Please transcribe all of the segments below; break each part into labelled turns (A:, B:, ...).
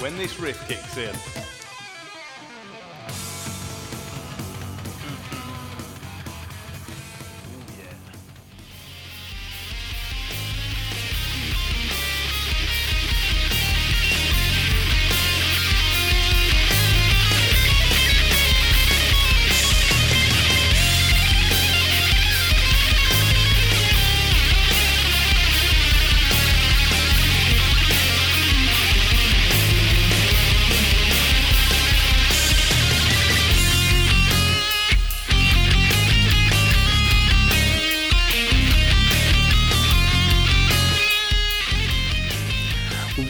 A: when this riff kicks in.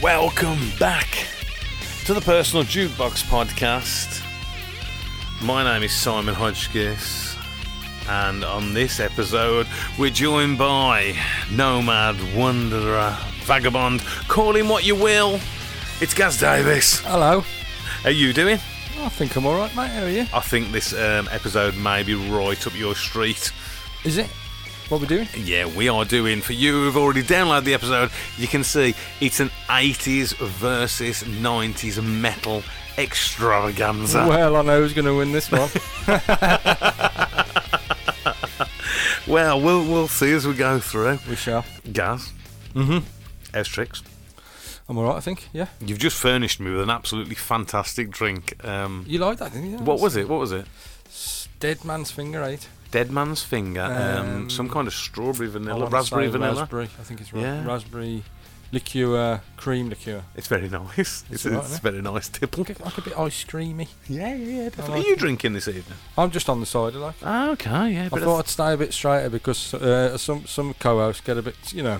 B: Welcome back to the Personal Jukebox Podcast. My name is Simon Hodgkiss, and on this episode, we're joined by Nomad, Wanderer, Vagabond, call him what you will. It's Gaz Davis.
C: Hello.
B: How you doing?
C: I think I'm all right, mate. How are you?
B: I think this um, episode may be right up your street.
C: Is it? What we doing?
B: Yeah, we are doing for you who've already downloaded the episode. You can see it's an 80s versus 90s metal extravaganza.
C: Well, I know who's going to win this one.
B: Well, we'll we'll see as we go through.
C: we shall.
B: Gaz, Mm-hmm.
C: Mhm.
B: as tricks,
C: I'm all right, I think. Yeah.
B: you've just furnished me with an absolutely fantastic drink. Um,
C: You liked that, didn't you?
B: what was it? What was it?
C: S- Dead Man's Finger Eight.
B: Dead Man's Finger, um,
C: Um,
B: some kind of strawberry
C: I
B: vanilla,
C: wanna
B: raspberry
C: say
B: vanilla.
C: Raspberry. I think it's ra-
B: Yeah.
C: raspberry liqueur, uh, cream liqueur.
B: It's very nice. It's,
C: all right,
B: it's
C: isn't
B: very nice tipple.
C: Like a, like a bit ice creamy.
B: Yeah, yeah,
C: definitely.
B: Are you drinking this evening?
C: I'm just on the side, like.
B: Okay, yeah.
C: I
B: but
C: thought I'd stay a bit straighter because uh, some some co-hosts get a bit, you know,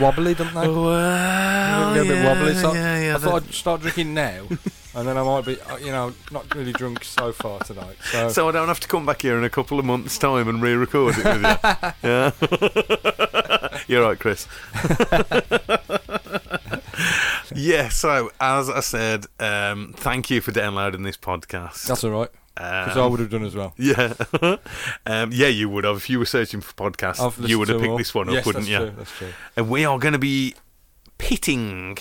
C: wobbly, don't
B: Oh,
C: they?
B: Well,
C: a little bit
B: Oh, yeah,
C: wobbly. So
B: yeah, yeah,
C: I thought
B: that-
C: I'd start drinking now, and then I might be, uh, you know, not really drunk so far tonight. So,
B: so I don't have to come back here in a couple of months' time and re-record it with you. yeah, you're right, Chris. yeah. So as I said, um, thank you for downloading this podcast.
C: that's all right because I
B: Um,
C: would have done as well.
B: yeah, um, yeah, you would have. If you were searching for
C: I've
B: podcasts,
C: listened
B: you would
C: to
B: have
C: them
B: picked
C: all.
B: this one up,
C: yes,
B: wouldn't
C: that's
B: you?
C: True, that's true.
B: And Uh, we are going to be pitting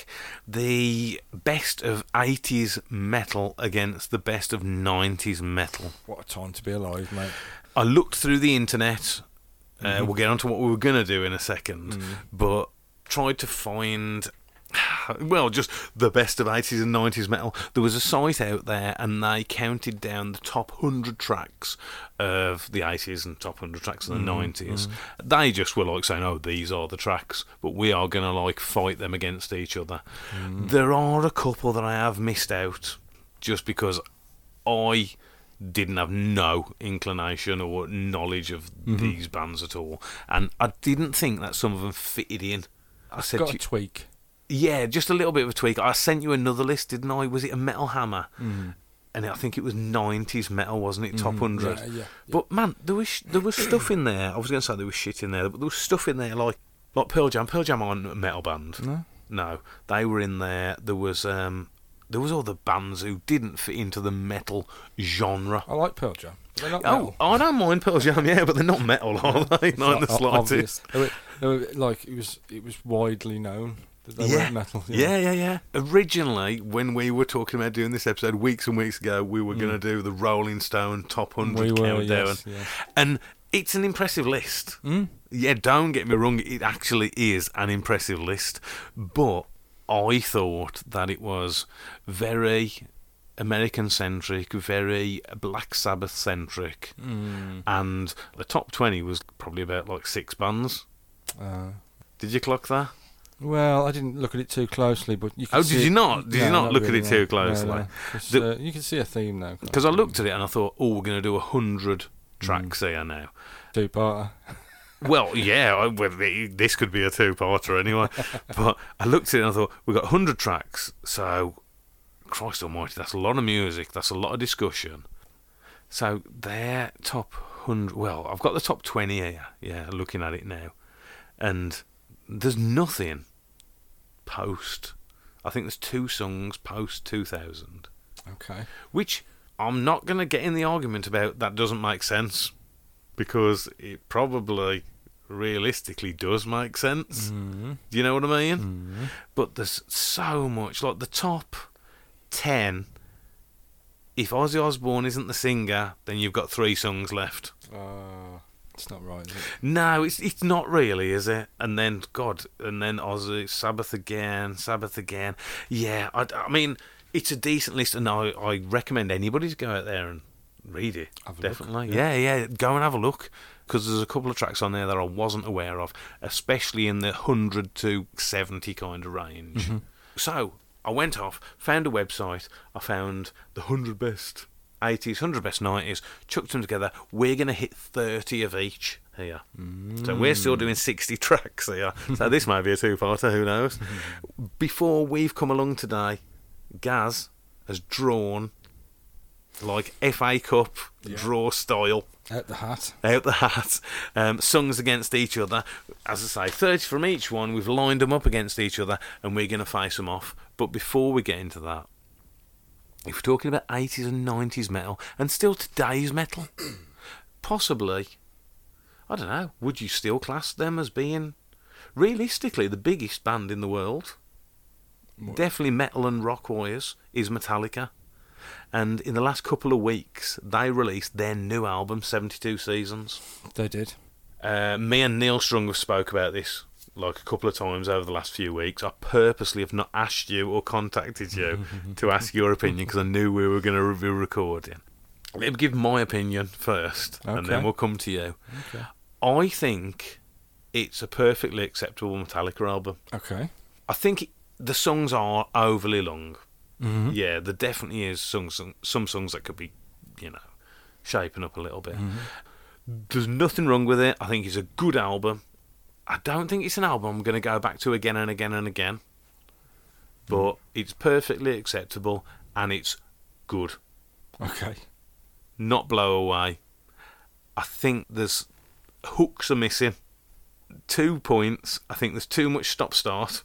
B: the best of 80s metal against the best of 90s metal.
C: What a time to be alive, mate.
B: I looked through the internet. Uh, We'll get on to what we were going to do in a second, but tried to find. Well, just the best of 80s and 90s metal. There was a site out there and they counted down the top 100 tracks of the 80s and top 100 tracks of the 90s. They just were like saying, oh, these are the tracks, but we are going to like fight them against each other. There are a couple that I have missed out just because I didn't have no inclination or knowledge of these bands at all, and I didn't think that some of them fitted in. I said,
C: Got
B: to
C: a tweak.
B: you- yeah, just a little bit of a tweak. I sent you another list, didn't I? Was it a Metal Hammer?
C: Mm.
B: And I think it was '90s metal, wasn't it? Top hundred.
C: yeah, yeah,
B: But man, there was sh- there was stuff in there. I was going to say there was shit in there, but there was stuff in there like like Pearl Jam. Pearl Jam aren't a metal band.
C: No?
B: no, they were in there. There was um, there was all the bands who didn't fit into the metal genre.
C: I like Pearl Jam. They're not
B: Oh,
C: metal.
B: I don't mind Pearl Jam, yeah, but they're not metal, are they? Not in the
C: It's o- obvious.
B: slightest.
C: They were- they were, like it was, it was widely known that they
B: yeah.
C: weren't metal. you know.
B: yeah, yeah, yeah. Originally, when we were talking about doing this episode weeks and weeks ago, we were going to do the Rolling Stone Top 100
C: Mm. we were.
B: countdown.
C: Yes, yes.
B: And it's an impressive list.
C: Mm.
B: Yeah, don't get me wrong, it actually is an impressive list. But I thought that it was very American centric, very Black Sabbath centric.
C: Mm.
B: And the top 20 was probably about like six bands.
C: Uh,
B: Did you clock that?
C: Well, I didn't look at it too closely, but you. Could
B: Oh,
C: see
B: did you
C: it-
B: not? Did you
C: No,
B: not look at
C: really,
B: it
C: no.
B: too
C: No,
B: closely?
C: no. 'Cause,
B: The-
C: uh, you can see a theme now. can't
B: Because I
C: you?
B: looked at it and I thought, oh, we're going to do a hundred tracks here now.
C: two-parter.
B: Well, yeah, I, well, th- this could be a two-parter anyway. but I looked at it and I thought, we've got hundred tracks, so Christ Almighty, that's a lot of music. That's a lot of discussion. So their top hundred. Well, I've got the top twenty here. Yeah, looking at it now, and there's nothing post. I think there's two songs post two thousand.
C: Okay.
B: which I'm not going to get in the argument about that doesn't make sense because it probably realistically does make
C: Mm.
B: Mm-hmm.
C: Mm-hmm.
B: sense. Do you know what I mean? But there's so much like the top ten, if Ozzy Osbourne isn't the singer, then you've got three songs left.
C: Uh, it's not right. Is it?
B: No, it's it's not really, is it? And then God, and then Ozzy, Sabbath again, Sabbath again. Yeah, I, I mean, it's a decent list, and I, I recommend anybody to go out there and read it.
C: Have a look,
B: definitely, yeah. yeah, go and have a look because there's a couple of tracks on there that I wasn't aware of, especially in the hundred to seventy kind of range. So I went off, found a website, I found the hundred best. 80s, 100 best 90s, chucked them together. We're going to hit 30 of each here. So we're still doing 60 tracks here. So this might be a two-parter, who knows? Before we've come along today, Gaz has drawn like FA Cup draw style
C: Out the hat.
B: out the hat, um, songs against each other. As I say, 30 from each one. We've lined them up against each other and we're going to face them off. But before we get into that, if we're talking about 80s and 90s metal and still today's metal, possibly, I don't know, would you still class them as being realistically the biggest band in the world?
C: What?
B: Definitely metal and rock wise is Metallica. And in the last couple of weeks, they released their new album, 72 Seasons.
C: They did.
B: Uh, me and Neil Strung have spoke about this like a couple of times over the last few weeks. I purposely have not asked you or contacted you to ask your opinion because I knew we were going to be recording. Let me give my opinion first, and then
C: Okay.
B: we'll come to you.
C: Okay.
B: I think it's a perfectly acceptable Metallica album.
C: Okay.
B: I think it, the songs are overly long. Yeah, there definitely is some, some some songs that could be, you know, shaping up a little bit. There's nothing wrong with it. I think it's a good album. I don't think it's an album I'm going to go back to again and again and again. But it's perfectly acceptable and it's good
C: Okay.
B: not blow away. I think there's hooks are missing. Two points. I think there's too much stop start.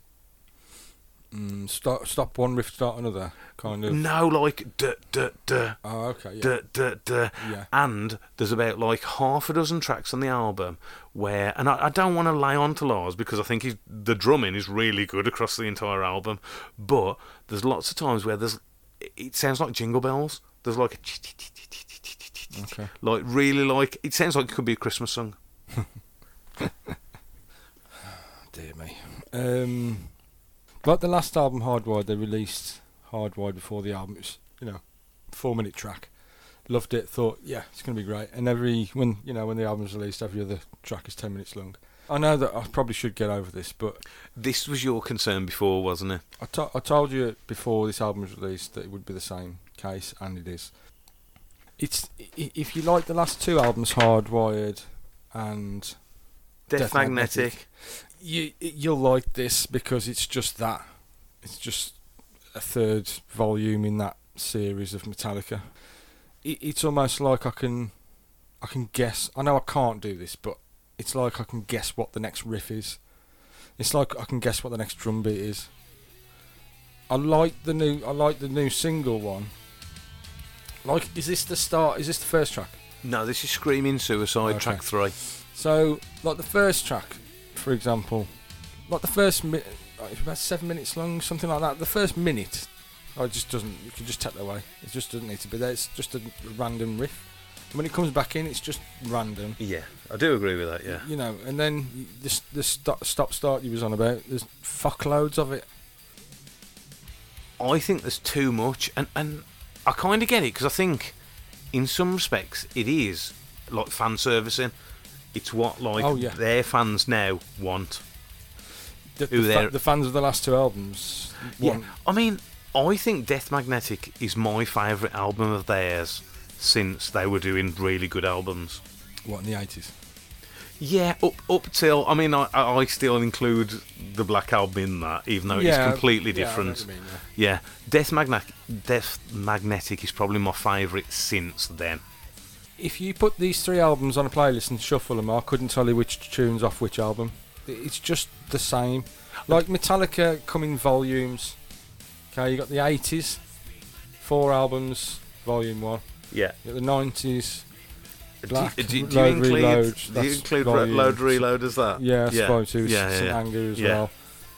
C: Mm, stop. Stop one riff. Start another. Kind of.
B: No, like duh duh duh
C: Oh, okay. Yeah.
B: duh duh duh.
C: Yeah.
B: And there's about like half a dozen tracks on the album where, and I, I don't want to lay on to Lars because I think he's, the drumming is really good across the entire album, but there's lots of times where there's it sounds like jingle bells. There's like a
C: Okay.
B: like really like it sounds like it could be a Christmas song.
C: Dear me. Um, like the last album, Hardwired, they released Hardwired before the album. It was, you know, four minute track. Loved it. Thought, yeah, it's going to be great. And every when you know when the album's released, every other track is ten minutes long. I know that I probably should get over this, but
B: This was your concern before, wasn't it?
C: I, to- I told you before this album was released that it would be the same case, and it is. It's i- i- if you like the last two albums, Hardwired and
B: Death,
C: Death
B: Magnetic.
C: Magnetic. you you'll like this because it's just that it's just a third volume in that series of Metallica. It, it's almost like I can I can guess. I know I can't do this, but it's like I can guess what the next riff is. It's like I can guess what the next drum beat is. I like the new I like the new single one. Like is this the start? Is this the first track?
B: No, this is Screaming Suicide,
C: Okay.
B: track three.
C: So, like the first track, for example, like the first mi- like, it's about seven minutes long, something like that. The first minute, oh, it just doesn't. You can just take that away. It just doesn't need to be there. It's just a random riff. And when it comes back in, it's just random.
B: Yeah, I do agree with that. Yeah,
C: You know, and then y- this the stop, stop start you was on about. There's fuck loads of it.
B: I think there's too much, and and I kind of get it because I think, in some respects, it is like fan servicing. It's what like
C: Oh, yeah.
B: their fans now want.
C: The,
B: Ooh,
C: the, fa-
B: there-
C: the fans of the last two albums.
B: Yeah,
C: want-
B: I mean, I think Death Magnetic is my favourite album of theirs since they were doing really good albums.
C: What in the eighties?
B: Yeah, up up till I mean, I, I I still include the Black Album in that, even though it's completely different. Yeah, Death Magnetic, Death Magnetic is probably my favourite since then.
C: If you put these three albums on a playlist and shuffle them, I couldn't tell you which tunes off which album. It's just the same. Like Metallica come in volumes. Okay, you got the 80s, four albums, volume one.
B: Yeah.
C: You got the 90s. Black,
B: do, do, do you
C: Load,
B: include
C: Reload,
B: do you
C: that's
B: include
C: volume.
B: load reload as that?
C: Yeah, I suppose too.
B: Uh, yeah, yeah,
C: St.
B: yeah.
C: Anger as
B: Yeah.
C: well.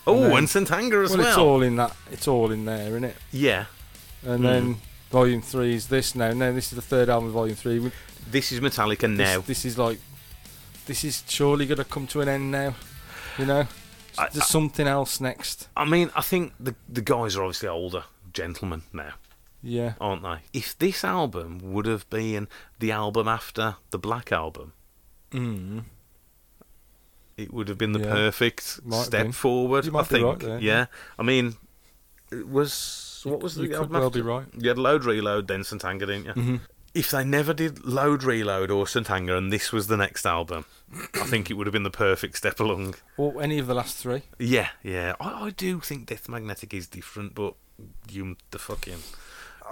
B: Oh,
C: then-
B: and St Anger as
C: well,
B: well.
C: it's all in that. It's all in there, isn't it?
B: Yeah,
C: and
B: Mm.
C: then Volume Three is this now. Now this is the third album of Volume Three. We-
B: This is Metallica
C: This,
B: now.
C: this is like, this is surely going to come to an end now. You know,
B: I-
C: there's something else next.
B: I mean, I think the the guys are obviously older gentlemen now,
C: Yeah,
B: aren't they? If this album would have been the album after the Black Album,
C: mm.
B: it would have been the
C: Yeah.
B: perfect
C: Might have
B: step
C: been.
B: forward.
C: You might
B: I
C: be right
B: think.
C: there.
B: yeah. I mean, it was what was the
C: you could
B: album
C: well
B: after?
C: be right.
B: You had Load Reload, then Santanger, didn't you?
C: Mhm.
B: If they never did Load Reload or Santanger, and this was the next album, I think it would have been the perfect step along.
C: Or any of the last three.
B: Yeah, yeah. I, I do think Death Magnetic is different, but you the fucking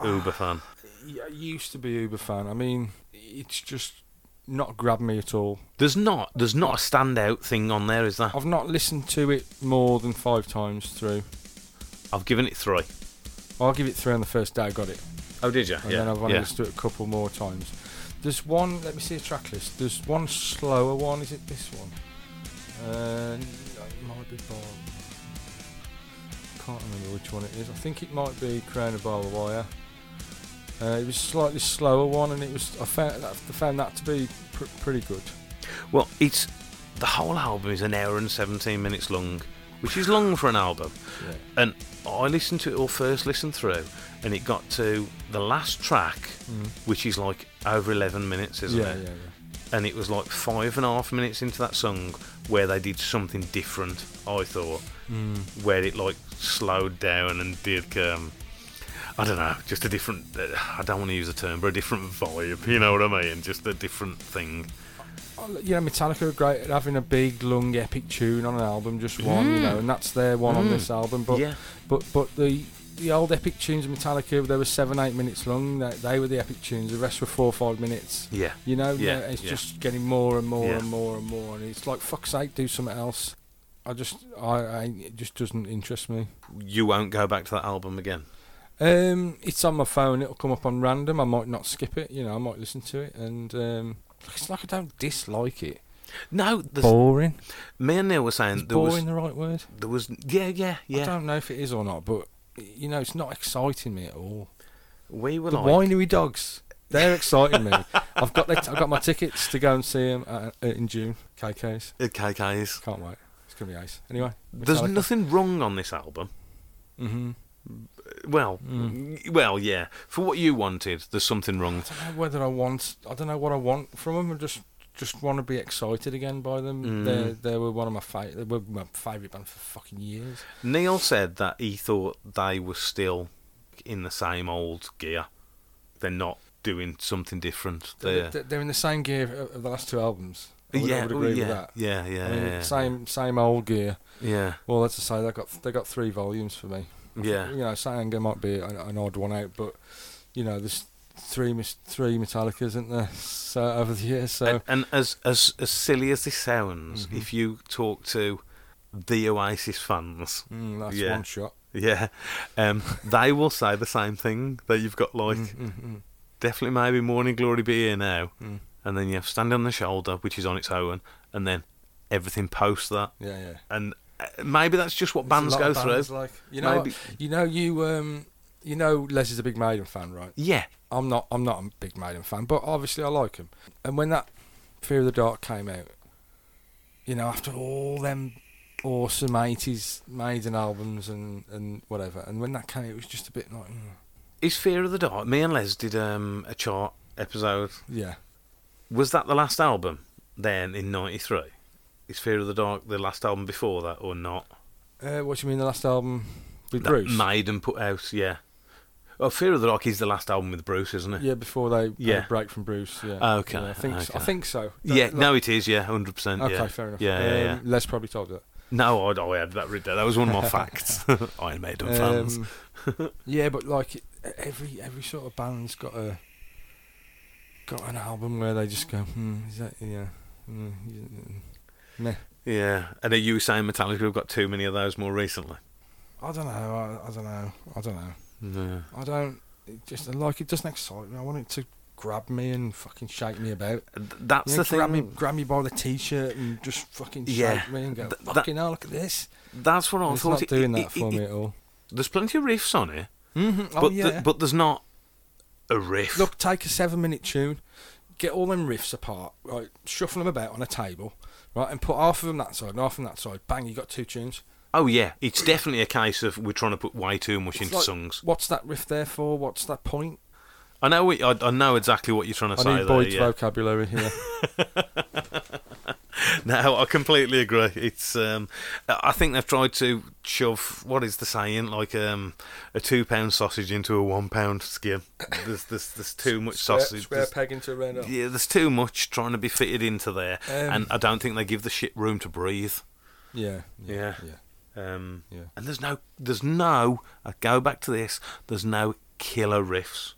B: Uber fan.
C: Yeah, I used to be Uber fan. I mean, it's just not grabbed me at all.
B: There's not there's not a standout thing on there, is there?
C: I've not listened to it more than five times through.
B: I've given it three.
C: I'll give it three on the first day I got it,
B: Oh, did you?
C: and
B: yeah.
C: then I've only
B: yeah.
C: listened to it a couple more times. There's one. Let me see a track list. There's one slower one. Is it this one? Uh, it might be Bar. Can't remember which one it is. I think it might be Crown of Barbed Wire. Uh, it was a slightly slower one, and it was I found that, I found that to be pr- pretty good.
B: Well, it's the whole album is an hour and 17 minutes long, which is long for an album.
C: Yeah.
B: And I listened to it all first listen through, and it got to the last track,
C: Mm.
B: which is like over 11 minutes, isn't
C: yeah,
B: it?
C: yeah, yeah.
B: and it was like five and a half minutes into that song where they did something different. I thought
C: Mm.
B: where it like slowed down and did um, I don't know, just a different. Uh, I don't want to use the term, but a different vibe. You know what I mean? Just a different thing.
C: Oh, Yeah, Metallica are great at having a big, long, epic tune on an album, just one, you
B: Mm.
C: know, and that's their one on
B: Mm.
C: this album. But
B: yeah,
C: but but the the old epic tunes of Metallica, they were seven, eight minutes long. They, they were the epic tunes. The rest were four, five minutes.
B: yeah,
C: You know,
B: Yeah,
C: it's
B: yeah.
C: just getting more and more
B: Yeah.
C: and more and more, and it's like fuck's sake, do something else. I just I, I it just doesn't interest me.
B: you won't go back to that album again.
C: Um, it's on my phone. It'll come up on random. I might not skip it. You know, I might listen to it, and um, it's like I don't dislike it.
B: No, there's,
C: Boring.
B: me and Neil were saying
C: Is
B: there
C: boring
B: was
C: the right word?
B: there was yeah yeah
C: I
B: yeah.
C: don't know if it is or not, but you know, it's not exciting me at all.
B: We were
C: the
B: like
C: winery dogs, they're exciting me. I've got their t- I've got my tickets to go and see them uh, uh, in June. KK's
B: uh, KKs.
C: can't wait. It's gonna be ace. Anyway,
B: There's nothing wrong on this album.
C: Mm-hmm.
B: Well,
C: Mm.
B: y- well, yeah. For what you wanted, there's something wrong.
C: I don't know whether I want. I don't know what I want from them. I just just want to be excited again by them.
B: Mm.
C: They they were one of my fa- they were my favourite band for fucking years.
B: Neil said that he thought they were still in the same old gear. They're not doing something different.
C: They're,
B: They're,
C: they're, they're in the same gear of of the last two albums. I would, I
B: yeah,
C: would
B: oh,
C: agree
B: yeah,
C: with that.
B: yeah, yeah,
C: I mean,
B: yeah,
C: Same same old gear.
B: yeah,
C: Well, that's to say they got they got three volumes for me.
B: yeah.
C: You know, Satanger might be an, an odd one out, but you know, there's three mis- three Metallicas, isn't there? So over the years, so
B: and, and as as as silly as this sounds,
C: Mhm.
B: if you talk to the Oasis fans,
C: mm, that's
B: yeah.
C: one shot.
B: yeah, um, they will say the same thing that you've got. Like,
C: Mm, mm, mm,
B: definitely, maybe Morning Glory be here now,
C: mm.
B: and then you have Stand on the Shoulder, which is on its own, and then everything post that.
C: Yeah, yeah.
B: and uh, maybe that's just what
C: There's a
B: bands
C: lot
B: go
C: of bands
B: through.
C: Like you know,
B: Maybe-
C: you know, you um, you know, Les is a big Maiden fan, right?
B: yeah,
C: I'm not. I'm not a big Maiden fan, but obviously I like him. And when that Fear of the Dark came out, you know, after all them awesome '80s Maiden albums and and whatever, and when that came, out, it was just a bit like, mm,
B: is Fear of the Dark? Me and Les did um, a chart episode.
C: yeah,
B: Was that the last album then in '93? Is Fear of the Dark the last album before that or not?
C: Uh, what do you mean the last album with
B: That
C: Bruce?
B: Maiden put out, yeah. Oh, Fear of the Dark is the last album with Bruce, isn't it?
C: Yeah, before they had a
B: Yeah.
C: break from Bruce. Yeah.
B: Okay,
C: Yeah, I think so. I
B: okay.
C: think so.
B: Yeah,
C: That-
B: no, it is. Yeah, hundred
C: that-
B: percent.
C: Okay,
B: Yeah.
C: fair enough. Um,
B: Yeah, yeah, yeah.
C: Les probably told you
B: No, I, I had that written down. That was one of my facts. Iron Maiden
C: that.
B: fans.
C: Um, yeah, but like every every sort of band's got a got an album where they just go, hmm, is that yeah, mm, yeah, meh.
B: Yeah. And are you saying Metallica have got too many of those more recently?
C: I don't know. I, I don't know. I don't know.
B: No.
C: I don't. It just like it doesn't excite me. I want it to grab me and fucking shake me about.
B: Th- That's
C: Yeah,
B: the thing.
C: grab Me, grab me by the t-shirt and just fucking shake
B: Yeah,
C: me and go,
B: th- that-
C: fucking hell, look at this.
B: That's what I
C: it's
B: thought.
C: not
B: It-
C: doing
B: it-
C: that
B: it-
C: for
B: it-
C: me at all.
B: There's plenty of riffs on it,
C: hmm
B: but
C: oh,
B: th-
C: yeah.
B: but there's not a riff.
C: Look, take a seven minute tune, get all them riffs apart, right, shuffle them about on a table, right, and put half of them that side and half of them that side. Bang, you got two tunes.
B: oh yeah, it's definitely a case of we're trying to put way too much
C: It's
B: into
C: like,
B: songs.
C: What's that riff there for? What's that point?
B: I know it, I, I know exactly what you're trying to
C: I
B: say
C: need
B: there.
C: Boyd's
B: Yeah.
C: vocabulary here.
B: No, I completely agree. It's um, I I think they've tried to shove what is the saying like um, a two pound sausage into a one pound skin. There's there's, there's too much
C: Square-
B: sausage.
C: Square
B: There's-
C: peg into a round hole.
B: yeah, there's too much trying to be fitted into there,
C: Um,
B: and I don't think they give the shit room to breathe.
C: Yeah.
B: Yeah.
C: Yeah.
B: Um,
C: Yeah.
B: and there's no, there's no. I go back to this. There's no killer riffs.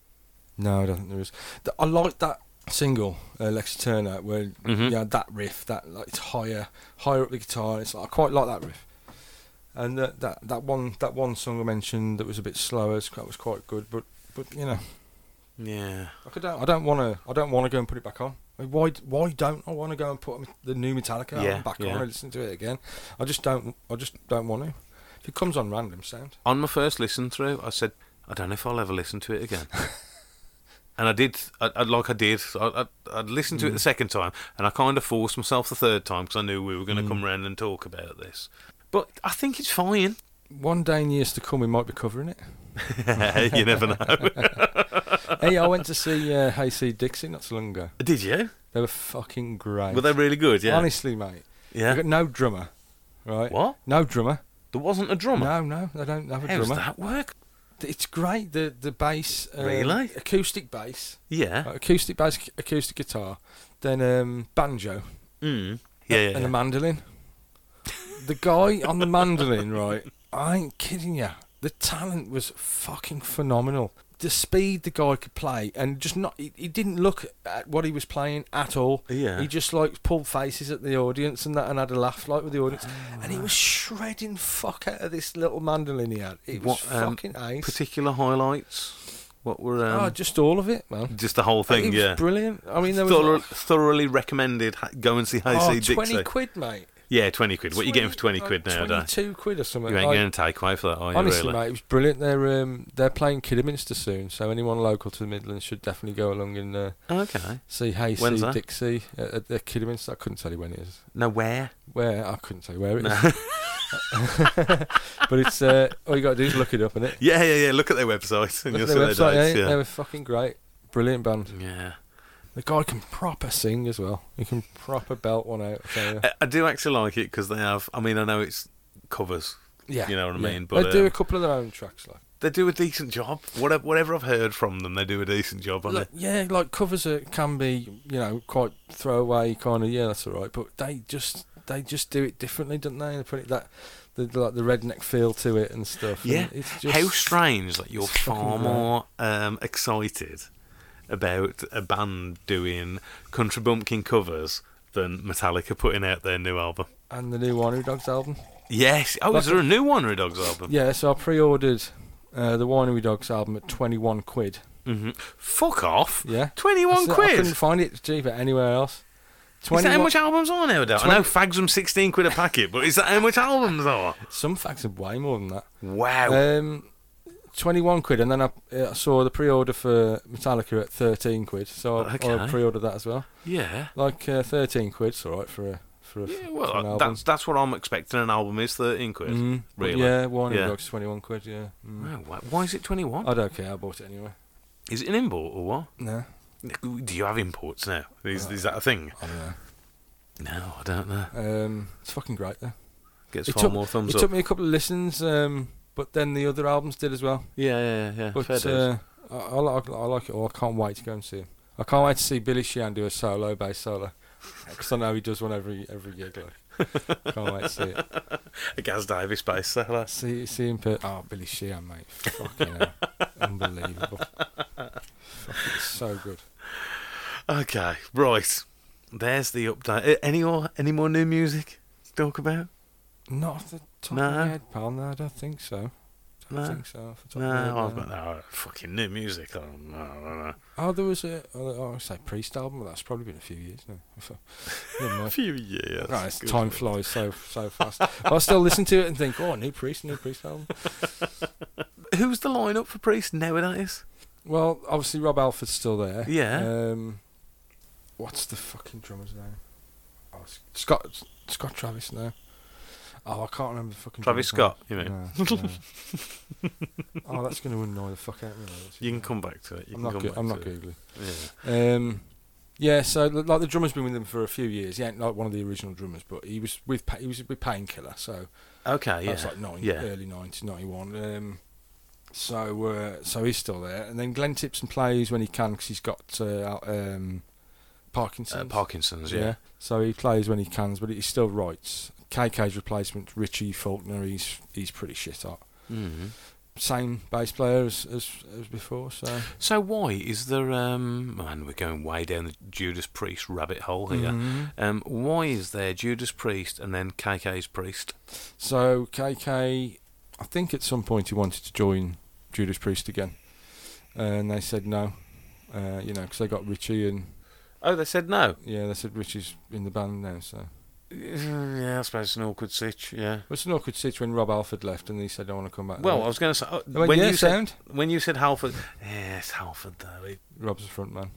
C: No, I don't think there is. Th- I like that single, uh, Lexi Turner, where
B: Mhm.
C: you had that riff, that like it's higher, higher up the guitar. and It's like, I quite like that riff. And uh, that that one that one song I mentioned that was a bit slower, it's quite- was quite good. But but you know,
B: Yeah.
C: like I don't I don't want to I don't want to go and put it back on. I mean, why d- why don't I want to go and put m- the new Metallica album
B: Yeah,
C: back
B: yeah.
C: on and listen to it again? I just don't I just don't want to. If it comes on random sound,
B: On my first listen through, I said, I don't know if I'll ever listen to it again. and I did, I, I, like I did. I, I, I listened to
C: Mm.
B: it the second time, and I kind of forced myself the third time because I knew we were going to
C: Mm.
B: come round and talk about this. But I think it's fine.
C: one day in years to come, we might be covering it.
B: you never know.
C: hey, I went to see uh, Hey C Dixie not so long ago.
B: Did you?
C: They were fucking great.
B: Were they really good? Yeah.
C: Honestly, mate. They
B: yeah.
C: got no drummer, right?
B: What?
C: No drummer.
B: There wasn't a drummer.
C: No, no, they don't have a
B: How does
C: drummer.
B: that work?
C: It's great. The the bass, um,
B: Really?
C: acoustic bass,
B: Yeah.
C: uh, acoustic bass, ac- acoustic guitar, then um, banjo,
B: Mm. Yeah. yeah,
C: and
B: yeah.
C: a mandolin. the guy on the mandolin, right? I ain't kidding you. The talent was fucking phenomenal. The speed the guy could play, and just not, he, he didn't look at what he was playing at all.
B: Yeah.
C: He just like pulled faces at the audience and that, and had a laugh like with the audience.
B: Ah.
C: And he was shredding fuck out of this little mandolin he had. It was
B: What, um,
C: fucking ace.
B: particular highlights? What were um,
C: oh, just all of it, man.
B: just the whole
C: it
B: thing?
C: was
B: Yeah,
C: brilliant. I mean, there was
B: Thorough,
C: like,
B: thoroughly recommended. ha- Go and see Hey
C: oh,
B: See
C: 20
B: Dixie.
C: quid, mate.
B: Yeah, twenty quid. What are you getting for twenty
C: like
B: quid nowadays?
C: Twenty-two quid or something.
B: You ain't
C: Like,
B: getting a takeaway for that, are you?
C: honestly,
B: really?
C: mate, it was brilliant. They're um, they're playing Kidderminster soon, so anyone local to the Midlands should definitely go along and uh,
B: Okay.
C: see Hey
B: When's
C: See
B: that?
C: Dixie at, at the Kidderminster. I couldn't tell you when it is.
B: Now where?
C: Where I couldn't tell you where it is. but it's uh, all you got to do is look it up, innit?
B: Yeah, yeah, yeah. Look at their website and
C: Look
B: you'll
C: at
B: see their
C: their website,
B: dates.
C: yeah, They
B: Yeah.
C: were fucking great. Brilliant band.
B: yeah.
C: The guy can proper sing as well. He can proper belt one out. I tell you.
B: I, I do actually like it because they have. I mean, I know it's covers.
C: Yeah.
B: you know what I
C: yeah.
B: mean, but,
C: they do
B: um,
C: a couple of their own tracks, like.
B: They do a decent job. Whatever, whatever I've heard from them, they do a decent job on
C: Like,
B: it.
C: yeah, like covers are, can be, you know, quite throwaway kind of. Yeah, that's all right. But they just they just do it differently, don't they? They put it that the like the redneck feel to it and stuff. and
B: Yeah.
C: it's just
B: How strange that you're
C: it's fucking
B: far
C: great.
B: more um, excited about a band doing country bumpkin covers than Metallica putting out their new album.
C: and the new Winery Dogs album.
B: Yes. Oh, is
C: Like-
B: there a new Winery Dogs album?
C: Yeah, so I pre-ordered uh, the Winery Dogs album at twenty one quid.
B: hmm Fuck off.
C: Yeah,
B: Twenty-one
C: So I
B: quid.
C: couldn't find it cheaper anywhere else.
B: Is that how
C: 21
B: much albums are nowadays? I know fags them sixteen quid a packet, but is that how much albums are?
C: Some facts are way more than that.
B: Wow.
C: Um, twenty-one quid, and then I, uh, I saw the pre-order for Metallica at thirteen quid, so I, I
B: Okay.
C: pre-ordered that as well.
B: yeah.
C: Like uh, thirteen quid's all right for a for a
B: Yeah.
C: for an
B: Well,
C: album.
B: that's that's what I'm expecting. An album is thirteen quid.
C: Mm, but
B: really.
C: Yeah, Warner
B: Yeah.
C: Dogs twenty-one quid. Yeah. Mm.
B: Wow, why, why is it twenty-one?
C: I don't care. I bought it anyway.
B: Is it an import or what?
C: No.
B: Do you have imports now? Is, is that a thing?
C: I don't know.
B: No, I don't know.
C: Um, it's fucking great though.
B: Gets
C: It
B: far
C: took-
B: more thumbs
C: It
B: up.
C: took me a couple of listens, um, but then the other albums did as well.
B: yeah, yeah, yeah.
C: But
B: fair dues.
C: uh, I, I, like, I like it all. I can't wait to go and see him. I can't wait to see Billy Sheehan do a solo bass solo because I know he does one every every gig. Like, can't wait to see it.
B: a Gaz Davis bass solo.
C: See see him. Per- oh, Billy Sheehan, mate! Fucking hell. unbelievable. Fucking so good.
B: Okay, right. There's the update. Uh, Any more? Any more new music to talk about?
C: Not off the top of
B: No.
C: my head, pal. No, I don't think so. Don't
B: No.
C: think so. off the top
B: No,
C: of my head,
B: I've
C: no.
B: got no uh, fucking new music. Oh, no, no, no.
C: Oh, there was a. Oh, I say Priest album. Well, that's probably been a few years now. Never mind.
B: A few years.
C: Right, it's
B: Good.
C: time flies so so fast. But I still listen to it and think, oh, new priest, new priest album.
B: who's the lineup for Priest nowadays?
C: Well, obviously Rob Alford's still there.
B: Yeah.
C: Um, what's the fucking drummer's name? Oh, it's Scott Scott Travis now. Oh, I can't remember the fucking.
B: Travis
C: drummer's
B: Scott, you mean?
C: name. No, no. oh, that's going to annoy the fuck out of me. though, that's-
B: You can come back to it. You can
C: I'm not.
B: come
C: Go-
B: back
C: I'm
B: to
C: not
B: it.
C: googling.
B: Yeah.
C: Um, yeah, so li- like the drummer's been with them for a few years. He ain't like one of the original drummers, but he was with pa- he was with Painkiller. So
B: Okay, yeah.
C: that's like nine,
B: yeah.
C: early 90s, 91. Um, so uh, so he's still there. And then Glenn Tipton plays when he can because he's got uh, al- um,
B: Uh,
C: Parkinson's.
B: Parkinson's, yeah.
C: So he plays when he can, but he still writes. KK's replacement, Richie Faulkner, he's he's pretty shit hot.
B: Mhm.
C: Same bass player as, as, as before, so.
B: So why is there? Um, man, we're going way down the Judas Priest rabbit hole here.
C: Mhm.
B: Um, why is there Judas Priest and then KK's Priest?
C: So KK, I think at some point he wanted to join Judas Priest again, and they said no. Uh, you know, because they got Richie, and
B: Oh, they said no.
C: yeah, they said Richie's in the band now. So
B: Yeah, I suppose it's an awkward sitch. Yeah.
C: it's an awkward situation when Rob Alford left, and he said, "I want to come back."
B: Well,
C: there.
B: I was going to say oh,
C: They went,
B: when
C: "Yeah,
B: you said
C: sound.
B: when you said Halford. Yes, Halford though. It,
C: Rob's the front man.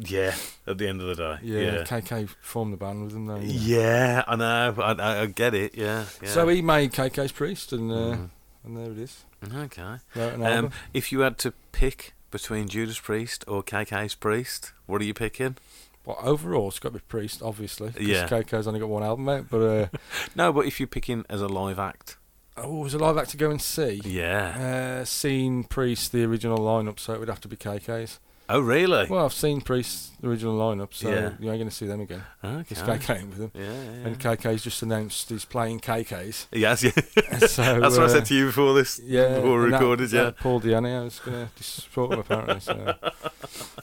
B: yeah. At the end of the day.
C: Yeah,
B: Yeah.
C: KK formed the band with him though. you know.
B: Yeah, I know. I, I, I get it. Yeah. yeah.
C: So uh, he made KK's Priest, and uh,
B: Mhm.
C: and there it is.
B: Okay.
C: Wrote an album.
B: Um, if you had to pick between Judas Priest or KK's Priest, what are you picking?
C: Well, overall, it's got to be Priest, obviously. 'cause
B: Yeah.
C: KK's only got one album out, but uh,
B: No, but if you're picking as a live act,
C: oh, was a live act to go and see.
B: yeah.
C: Uh, seen Priest the original lineup, so it would have to be KK's.
B: Oh, really?
C: Well, I've seen Priest the original lineup, so
B: Yeah.
C: you ain't going to see them again.
B: okay.
C: It's KK ain't with them,
B: Yeah, yeah.
C: and KK's just announced he's playing KK's.
B: Yes, yeah.
C: So
B: That's what I
C: uh,
B: said to you before this.
C: Yeah,
B: before we
C: and that-
B: recorded. yeah.
C: that Paul Diani, I was going to support him apparently. So.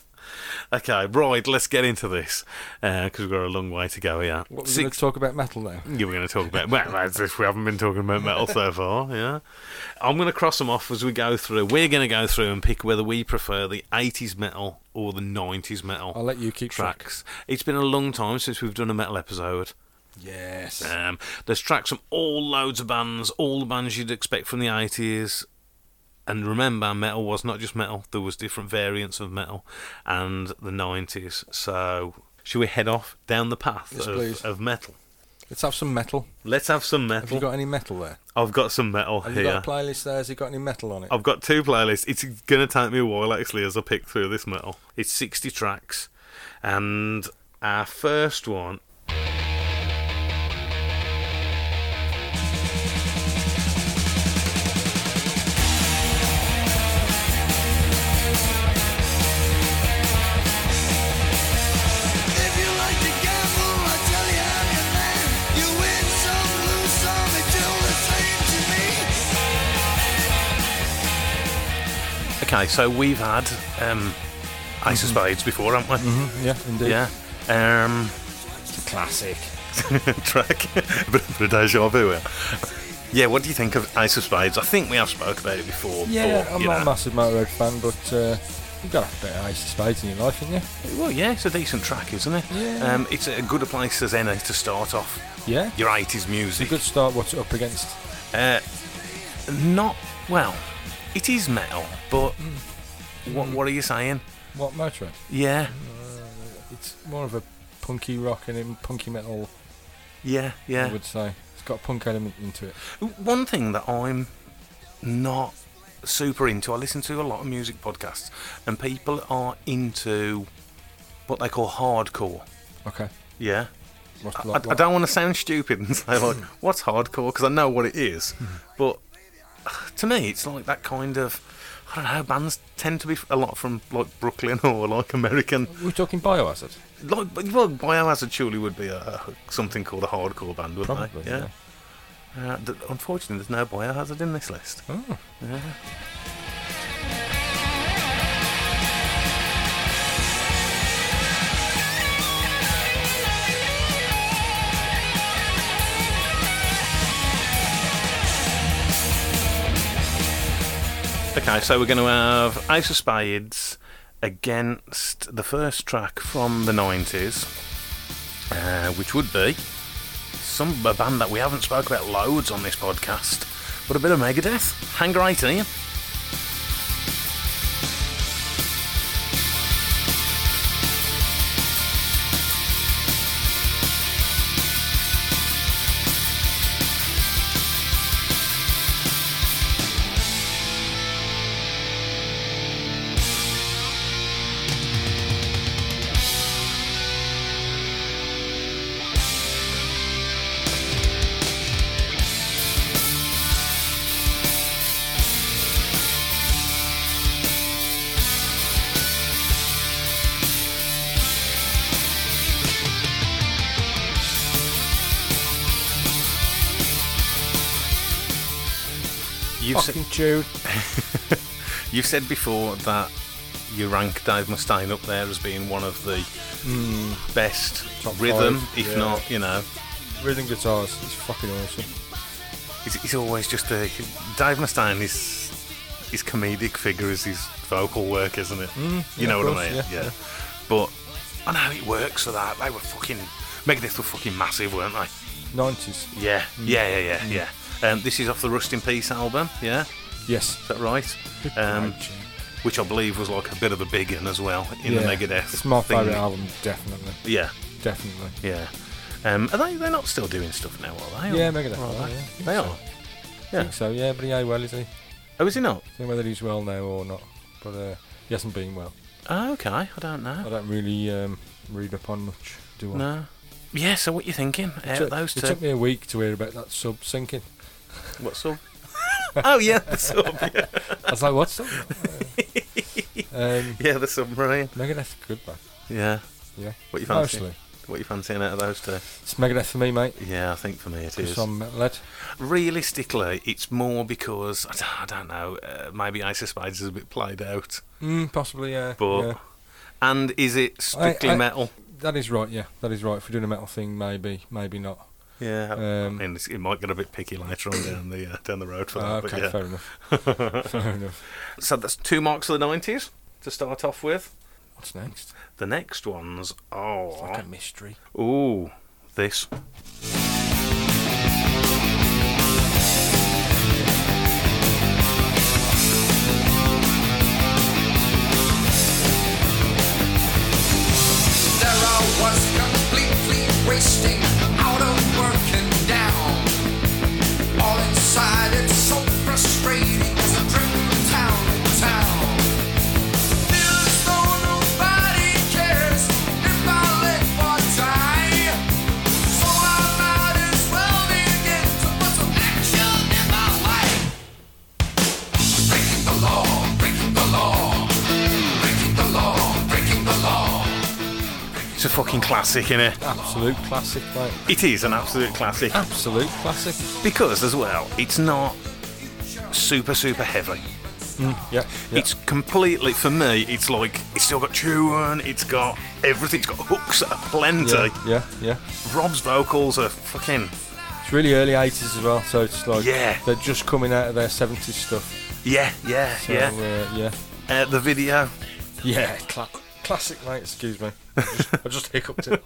B: Okay, right. Let's get into this because we've got a long way to go here.
C: What we're going
B: Six.
C: to talk about metal now.
B: Yeah, we're going to talk about. Well, that's if we haven't been talking about metal so far. Yeah, I'm going to cross them off as we go through. We're going to go through and pick whether we prefer the 80s metal or the 90s metal.
C: I'll let you keep track.
B: tracks. It's been a long time since we've done a metal episode.
C: Yes.
B: Um, there's tracks from all loads of bands, all the bands you'd expect from the 80s. And remember, metal was not just metal, there was different variants of metal and the 90s. So, should we head off down the path
C: Yes, please.
B: of, of metal?
C: Let's have some metal.
B: Let's have some
C: Have you
B: metal.
C: got any metal there?
B: I've got some metal
C: Have you
B: here.
C: got a playlist there? Has it got any metal on it?
B: I've got two playlists. It's going to take me a while actually as I pick through this metal. It's 60 tracks. And our first one.
A: If you like to gamble, I tell you how you land. You win some, lose some, it's all the same to me.
B: Okay, so we've had um, Ace of
C: Mm-hmm.
B: Spades before, haven't we?
C: Yeah, indeed.
B: Yeah. Um,
C: Classic.
B: track. but a deja vu here. Yeah, what do you think of Ace of Spades? I think we have spoke about it before.
C: Yeah,
B: but,
C: I'm
B: you
C: not a
B: know.
C: massive Motorhead fan, but uh, you've got a bit of Ace of Spades in your life, haven't you?
B: Well, yeah, it's a decent track, isn't it?
C: Yeah.
B: Um, it's a good a place as any to start off
C: Yeah.
B: your 80s music.
C: Good start. What's it up against?
B: Uh, not, well, it is metal, but
C: Mm.
B: what, what are you saying?
C: What Motorhead?
B: Yeah,
C: It's more of a punky rock and in punky metal.
B: yeah, yeah.
C: I would say it's got a punk element into it.
B: One thing that I'm not super into, I listen to a lot of music podcasts, and people are into what they call hardcore.
C: Okay.
B: Yeah.
C: What's
B: I,
C: like-
B: I don't want to sound stupid and say, like, what's hardcore? Because I know what it is.
C: Mm-hmm.
B: but to me, it's like that kind of. I don't know, bands tend to be a lot from like Brooklyn or like American.
C: We're talking biohazard.
B: Like, but- well, Biohazard surely would be a, something called a hardcore band, wouldn't
C: Probably.
B: they? Uh, th- unfortunately, there's no Biohazard in this list.
C: Oh.
B: Okay, so we're going to have Ace of Spades against the first track from the 90s, uh, which would be some a band that we haven't spoke about loads on this podcast, but a bit of Megadeth. Hang right in here. You've se-
C: fucking tune.
B: You've said before that you rank Dave Mustaine up there as being one of the
C: Hmm.
B: best
C: Top
B: rhythm,
C: five,
B: if
C: yeah.
B: not, you know.
C: Rhythm guitars, it's fucking awesome.
B: He's, he's always just a. Dave Mustaine is. His comedic figure is his vocal work, isn't it? you
C: Mm, yeah,
B: know
C: of
B: what I
C: course,
B: mean?
C: yeah, yeah.
B: But I know it works for that. They were fucking. Megadeth were fucking massive, weren't they?
C: 90s.
B: Yeah, yeah, yeah, yeah,
C: Mm.
B: yeah. Um, this is off the Rust in Peace album, yeah? Is
C: Yes.
B: that right? Um,
C: Great tune.
B: which I believe was like a bit of the big one as well in the
C: Yeah,
B: Megadeth.
C: It's my
B: thing.
C: favourite album, definitely.
B: Yeah,
C: Definitely.
B: yeah. Um, are they? They're not still doing stuff now, are they?
C: Yeah,
B: Or-
C: Megadeth.
B: or
C: are,
B: they?
C: yeah. I think
B: They
C: so.
B: are.
C: I think so, yeah, but he ain't well, is he?
B: Oh, is he not?
C: don't know whether he's well now or not, but uh, he hasn't been well.
B: Oh, okay, I don't
C: I
B: know.
C: don't really um, read up on much, do I?
B: No. Yeah. So what you thinking?
C: It
B: Out
C: took,
B: of those
C: it
B: two,
C: took me a week to hear about that sub sinking.
B: what sub? oh yeah, the sub. Yeah,
C: I was like, what's up? um,
B: yeah the submarine.
C: Megadeth, good man.
B: Yeah.
C: Yeah.
B: What you fancy?
C: Mostly.
B: What you fancying out of those two?
C: It's Megadeth for me, mate.
B: Yeah, I think for me it is.
C: Because I'm metalhead.
B: Realistically, it's more because I don't, I don't know. Uh, maybe Ice of Spiders is a bit played out,
C: Mm, possibly, yeah.
B: but
C: yeah.
B: and is it strictly
C: I-
B: metal?
C: That is right, yeah. That is right. If we're doing a metal thing, maybe, maybe not.
B: Yeah.
C: Um,
B: I mean, it's- it might get a bit picky later on down the uh, down the road for that.
C: ah,
B: but
C: okay,
B: yeah.
C: fair enough. fair enough.
B: So that's two marks of the nineties to start off with.
C: What's next?
B: The next ones are
C: It's like a mystery.
B: ooh this.
A: There I was completely wasting, out of work and down. All inside, it's so frustrating, cause I'm driven from town to town. Feel as though nobody cares if I let one die. So I might as well begin to put some action in my life. Breaking the law, breaking the law, breaking the law, breaking the law.
B: It's a fucking classic, innit?
C: Absolute classic, mate.
B: It is an absolute classic
C: Absolute classic.
B: because, as well, it's not super super heavy.
C: Yeah. yeah.
B: It's completely for me. It's like it's still got chewing. It's got everything. It's got hooks aplenty.
C: yeah, yeah, yeah.
B: Rob's vocals are fucking
C: It's really early 80s as well, so it's like
B: Yeah.
C: they're just coming out of their 70s stuff.
B: yeah yeah
C: So,
B: yeah.
C: Uh, yeah.
B: Uh, the video
C: Yeah, cla- classic, mate. Excuse me. I just, I just hiccuped it.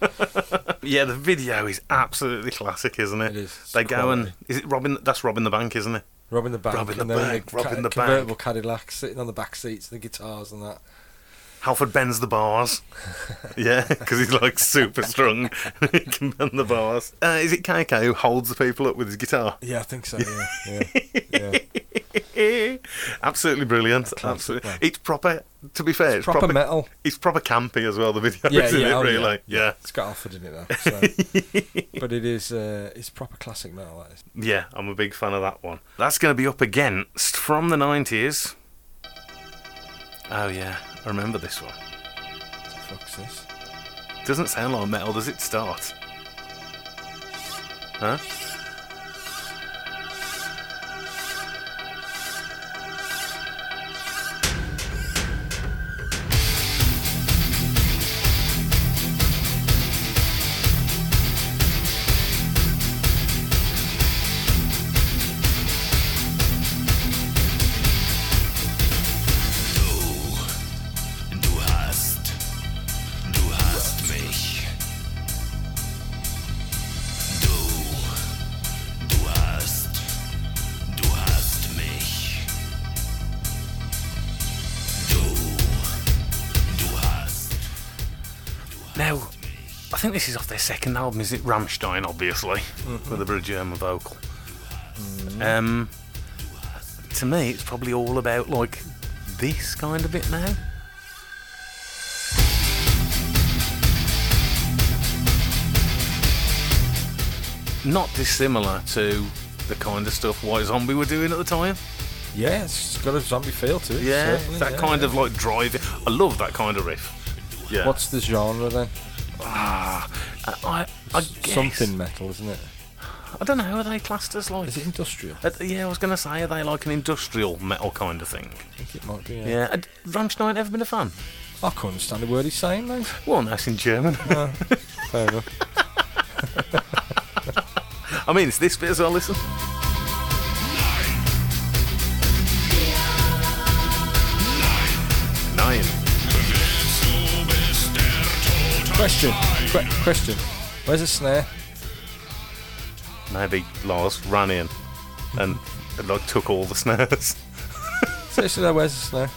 B: Yeah, the video is absolutely classic, isn't it?
C: It is. It's
B: They go and
C: quality.
B: is it Robin? That's Robin the Bank, isn't it?
C: Robbing the bank.
B: Robbing the
C: and then
B: bank, robbing the
C: Convertible Cadillac, sitting on the back seats, the guitars and that.
B: Halford bends the bars. yeah, because he's like super strong. he can bend the bars. Uh, is it KK who holds the people up with his guitar?
C: Yeah, I think so. Yeah, yeah, yeah.
B: absolutely brilliant. Absolutely,
C: man.
B: it's proper. To be fair, it's,
C: Proper metal.
B: It's proper campy as well. The video,
C: Yeah,
B: isn't
C: yeah,
B: it?
C: oh, yeah.
B: really, yeah.
C: It's got Alfred in it though, so. but it is uh, it's proper classic metal. That is.
B: Yeah, I'm a big fan of that one. That's going to be up against from the 90s. Oh, yeah, I remember this one.
C: What the fuck's this?
B: Doesn't sound like metal, does it start? Huh?
A: Du hast, du hast mich. Du, du hast, du hast mich. Du, du hast.
B: Now, I think this is off their second album, is it? Rammstein, obviously, with a bit of German vocal. Um, to me, it's probably all about like this kind of bit now. Not dissimilar to the kind of stuff White Zombie were doing at the time.
C: Yeah, it's got a zombie feel to it.
B: Yeah,
C: certainly,
B: that
C: yeah,
B: kind
C: yeah.
B: of like driving. I love that kind of riff. Yeah,
C: What's the genre then?
B: ah, I, I guess
C: Something metal, isn't it?
B: I don't know. Are they classed as like?
C: Is it industrial?
B: Uh, yeah, I was going to say, are they like an industrial metal kind of thing? Uh,
C: I think it might be.
B: Yeah. Had Rammstein ever been a fan?
C: I can't understand a word he's saying though.
B: Well, that's in German.
C: Fair enough.
B: I mean, it's this bit as well. Listen. Nine.
C: Question. Que- question. Where's the snare?
B: Maybe Lars ran in and like took all the snares.
C: Seriously though, where's the snare?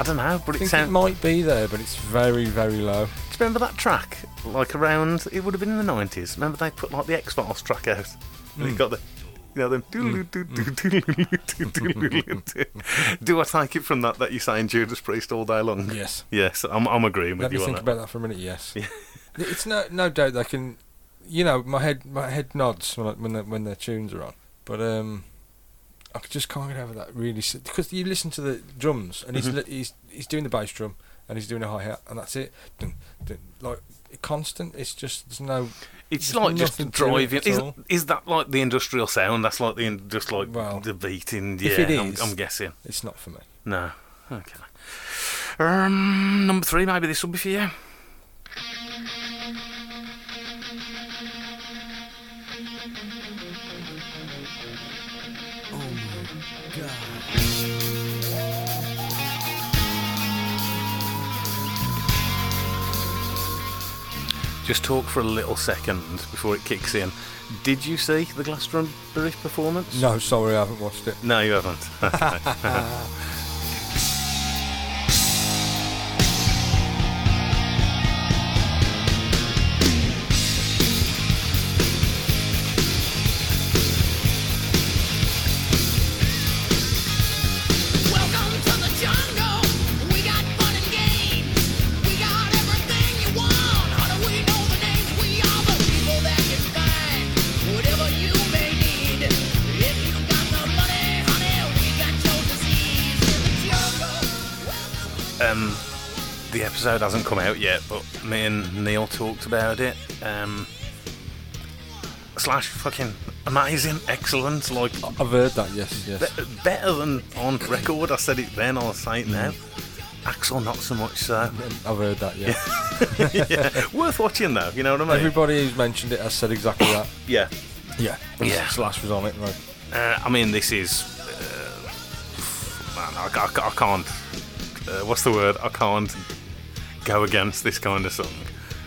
B: I don't know, but
C: I
B: it
C: think it
B: sounds.
C: might be there, but it's very, very low.
B: Do you remember that track? Like around, it would have been in the nineties. Remember they put like the X Files track out, and
C: Hmm.
B: it got the, you know, them. Do I take it from that that you're saying Judas Priest all day long?
C: Yes.
B: Yes, I'm, I'm agreeing with
C: Let me
B: you on
C: think
B: that.
C: about that for a minute. Yes, it's no no doubt they can. You know, my head my head nods when I, when the, when their tunes are on, but um, I just can't get over that really s- because you listen to the drums and he's
B: Mhm.
C: li- he's he's doing the bass drum and he's doing a hi hat and that's it. Dun, dun, like constant. It's just there's no.
B: It's
C: There's
B: like just
C: nothing to it
B: driving.
C: at
B: Is,
C: all.
B: is that like the industrial sound? That's like the in- just like
C: Well,
B: the beating. Yeah,
C: if it
B: I'm,
C: is-
B: I'm guessing.
C: It's not for me.
B: No. Okay. Um, number three, maybe this will be for you. Just talk for a little second before it kicks in. Did you see the Glastonbury performance?
C: No, sorry, I haven't watched it.
B: No, you haven't.
D: Welcome to the jungle. We got fun and games. We got everything you want. How do we know the names? We are the people that can find whatever you may need. If you got the money, honey, we got your disease in the jungle. Welcome to the
B: Um, the episode hasn't come out yet, but me and Neil talked about it. Um, slash fucking amazing, excellent, like
C: I've heard that. Yes,
B: be-
C: yes.
B: better than on record. I said it then, I'll say it now. Axel, not so much so.
C: I've heard that. Yeah.
B: yeah, worth watching though. You know what I mean?
C: Everybody who's mentioned it has said exactly that.
B: yeah.
C: Yeah.
B: Yeah.
C: Slash was on it. Right.
B: Uh, I mean, this is. Uh, man, I, ca- I ca- I can't. Uh, what's the word? I can't go against this kind of song.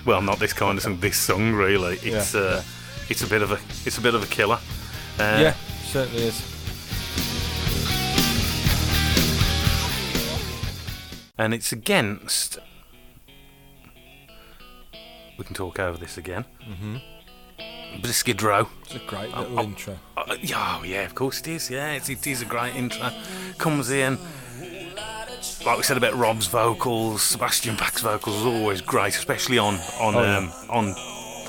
B: Well, not this kind of song. This song, really. It's
C: Yeah,
B: uh, it's a bit of a it's a bit of a killer. Uh,
C: Yeah, certainly is.
B: And it's against. We can talk over this again. Mm-hmm. Skid Row.
C: It's a great
B: Oh,
C: little
B: oh.
C: intro.
B: Uh, yeah, oh, yeah, of course it is. Yeah, it's, it is a great intro. Comes in. Like we said about Rob's vocals, Sebastian Bach's vocals are always great, especially on on
C: yeah.
B: um, on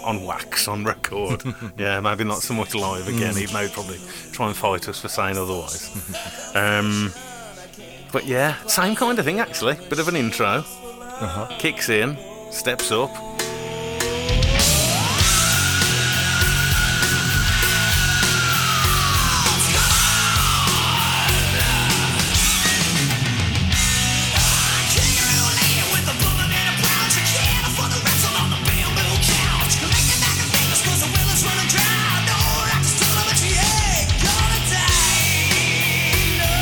B: on wax on record. yeah, maybe not so much live again, even though he'd probably try and fight us for saying otherwise. um, but yeah, same kind of thing actually. Bit of an intro, kicks in, steps up.
D: King Roulette with a bullet and a pouch. A can for the wrestle on the bamboo couch. Making back and fingers 'cause the well is running dry. No, I just told her that she ain't gonna die. No.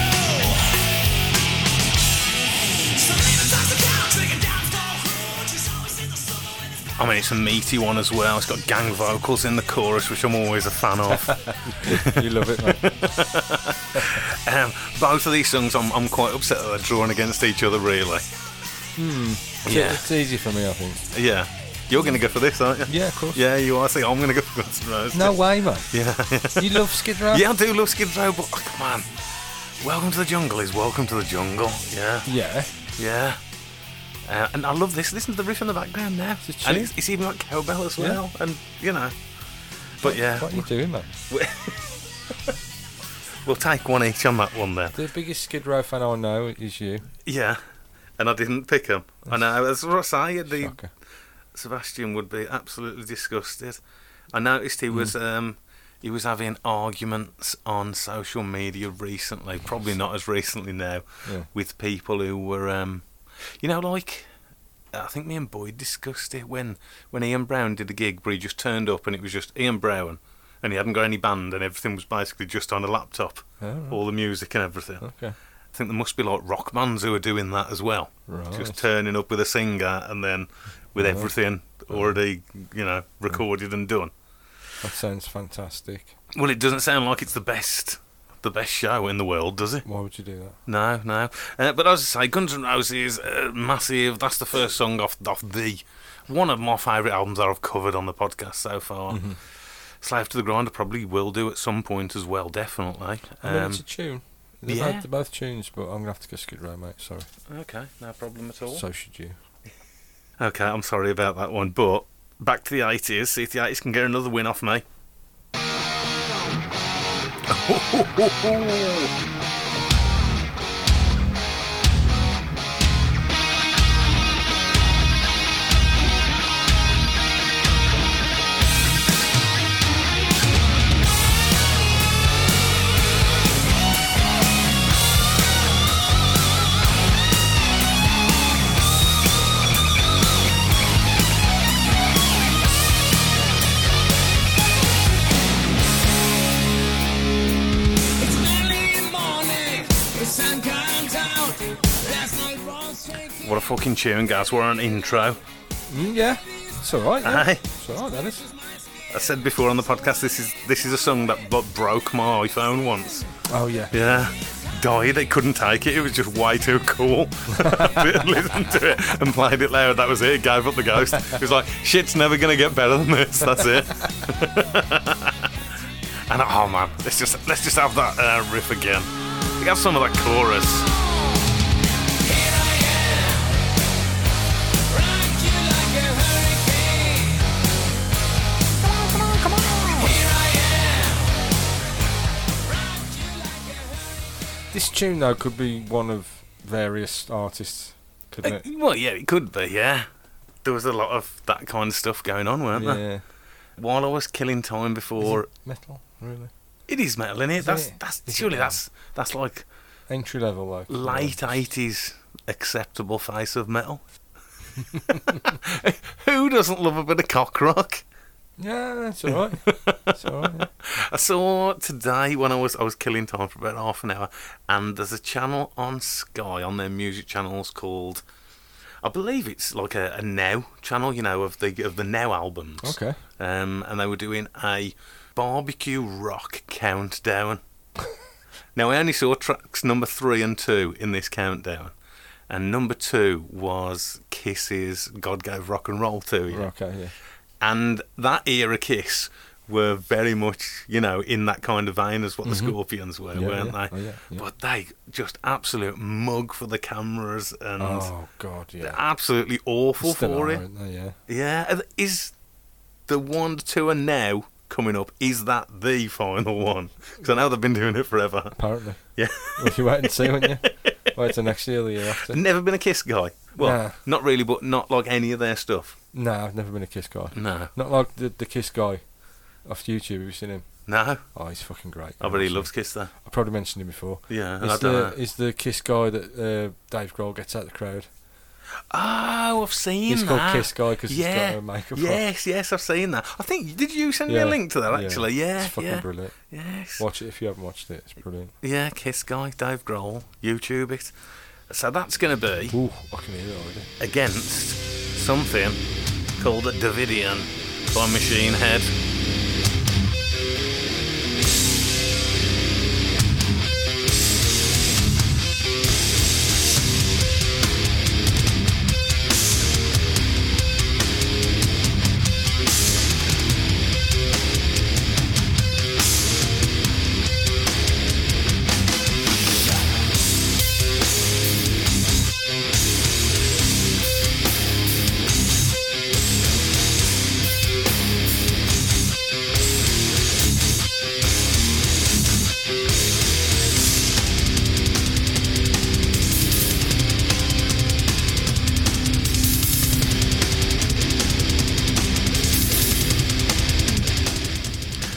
D: So leave it toxic down, drinking down stone cold. She's always in the summer when it's
B: I mean, it's a meaty one as well. It's got gang vocals in the chorus, which I'm always a fan of.
C: You love it, mate.
B: Um, both of these songs, I'm, I'm quite upset that they're drawn against each other, really. Yeah.
C: It's easy for me, I think.
B: Yeah. You're going to go for this, aren't you?
C: Yeah, of course.
B: Yeah, you are. See, I'm going to go for Guns N' Roses.
C: No way, mate.
B: Yeah.
C: You love Skid Row?
B: yeah, I do love Skid Row, but oh, come on. Welcome to the Jungle is Welcome to the Jungle. Yeah.
C: Yeah.
B: Yeah. Uh, and I love this. Listen to the riff in the background there.
C: It's a tune.
B: and it's, it's even got cowbell as
C: Yeah.
B: well. And, you know. But yeah,
C: What are you doing, mate?
B: we'll take one each on that one there.
C: The biggest Skid Row fan I know is you.
B: Yeah. and I didn't pick him. I know. That's what I say. The,
C: Shocker.
B: Sebastian would be absolutely disgusted. I noticed he
C: Hmm.
B: was um, he was having arguments on social media recently, probably not as recently now,
C: Yeah.
B: with people who were, um, you know, like I think me and Boyd discussed it when when Ian Brown did the gig, where he just turned up and it was just Ian Brown, and he hadn't got any band, and everything was basically just on a laptop,
C: Oh, right. Oh.
B: all the music and everything.
C: Okay.
B: I think there must be like rock bands who are doing that as well.
C: Right.
B: Just turning up with a singer and then with everything already, you know, recorded and done.
C: That sounds fantastic.
B: Well, it doesn't sound like it's the best, the best show in the world, does it?
C: Why would you do that?
B: No, no. Uh, but as I say, Guns N' Roses, uh, massive. That's the first song off, off the one of my favourite albums that I've covered on the podcast so far. Slave to the Grind, I probably will do at some point as well, definitely.
C: I mean,
B: Um,
C: it's a tune. They're,
B: yeah.
C: both, they're both tunes, but I'm gonna have to go Skid Row, mate. Sorry.
B: okay, no problem at all.
C: So should you.
B: Okay, I'm sorry about that one, but back to the 80s. See if the 80s can get another win off me.
E: It's early in the morning, the sun comes out. Last night was shaking.
B: What a fucking tune, guys. We're on intro.
C: Mm, yeah. It's all right. Yeah.
B: Aye.
C: It's all right. That is.
B: I said before on the podcast, this is this is a song that blo- broke my iPhone once.
C: Oh yeah.
B: Yeah. Died, it couldn't take it, it was just way too cool. I listened to it and played it loud, that was it, gave up the ghost. It was like, shit's never gonna get better than this, that's it. and oh man, let's just let's just have that uh, riff again. We have some of that chorus.
E: Rock you like a hurricane.
C: This tune though could be one of various artists, couldn't
B: Uh,
C: it?
B: Well, yeah, it could be, yeah. There was a lot of that kind of stuff going on, weren't there?
C: Yeah.
B: While I was killing time before,
C: Metal, really.
B: it is metal, innit?
C: Is
B: that's
C: it?
B: that's
C: Is it
B: surely
C: metal?
B: that's that's like
C: Entry level like.
B: late eighties acceptable face of metal. Who doesn't love a bit of cock rock?
C: Yeah, that's all right. it's all right. yeah.
B: I saw today when I was I was killing time for about half an hour, and there's a channel on Sky on their music channels called, I believe it's like a, a now channel, you know, of the of the now albums.
C: Okay.
B: Um, and they were doing a barbecue rock countdown. now I only saw tracks number three and two in this countdown, and number two was Kiss's "God Gave Rock and Roll to You."
C: Right, Okay. Yeah.
B: and that era Kiss were very much, you know, in that kind of vein as what the Scorpions were,
C: Mm-hmm. Yeah,
B: weren't
C: yeah.
B: they?
C: Oh, yeah, yeah.
B: But they just absolute mug for the cameras and
C: Oh God. Yeah.
B: they're absolutely awful
C: Still
B: for
C: are,
B: it.
C: aren't they, Yeah.
B: Yeah, is the one tour now coming up? Is that the final one? Because I know they've been doing it forever.
C: Apparently.
B: Yeah,
C: Well, you wait and see, won't you? Wait till next year, or the year after.
B: never been a Kiss guy. Well,
C: Nah.
B: not really, but not like any of their stuff.
C: No, I've never been a Kiss guy.
B: No,
C: Not like the the Kiss guy off YouTube. Have you seen him?
B: no.
C: Oh, he's fucking great.
B: I bet he loves Kiss though.
C: I probably mentioned him before.
B: Yeah, I
C: He's
B: don't know.
C: the, he's the Kiss guy that uh, Dave Grohl gets out of the crowd.
B: Oh, I've seen
C: He's
B: that.
C: called Kiss Guy 'cause he's got a makeup on.
B: Yes, yes, I've seen that. I think did you send me a link to that actually? Yeah,
C: It's fucking
B: yeah.
C: brilliant.
B: Yes.
C: Watch it if you haven't watched it. It's brilliant.
B: Yeah, Kiss guy, Dave Grohl, YouTube it. So that's going to be
C: Ooh, I can hear it already.
B: against something called a Davidian by Machine Head.
E: Rock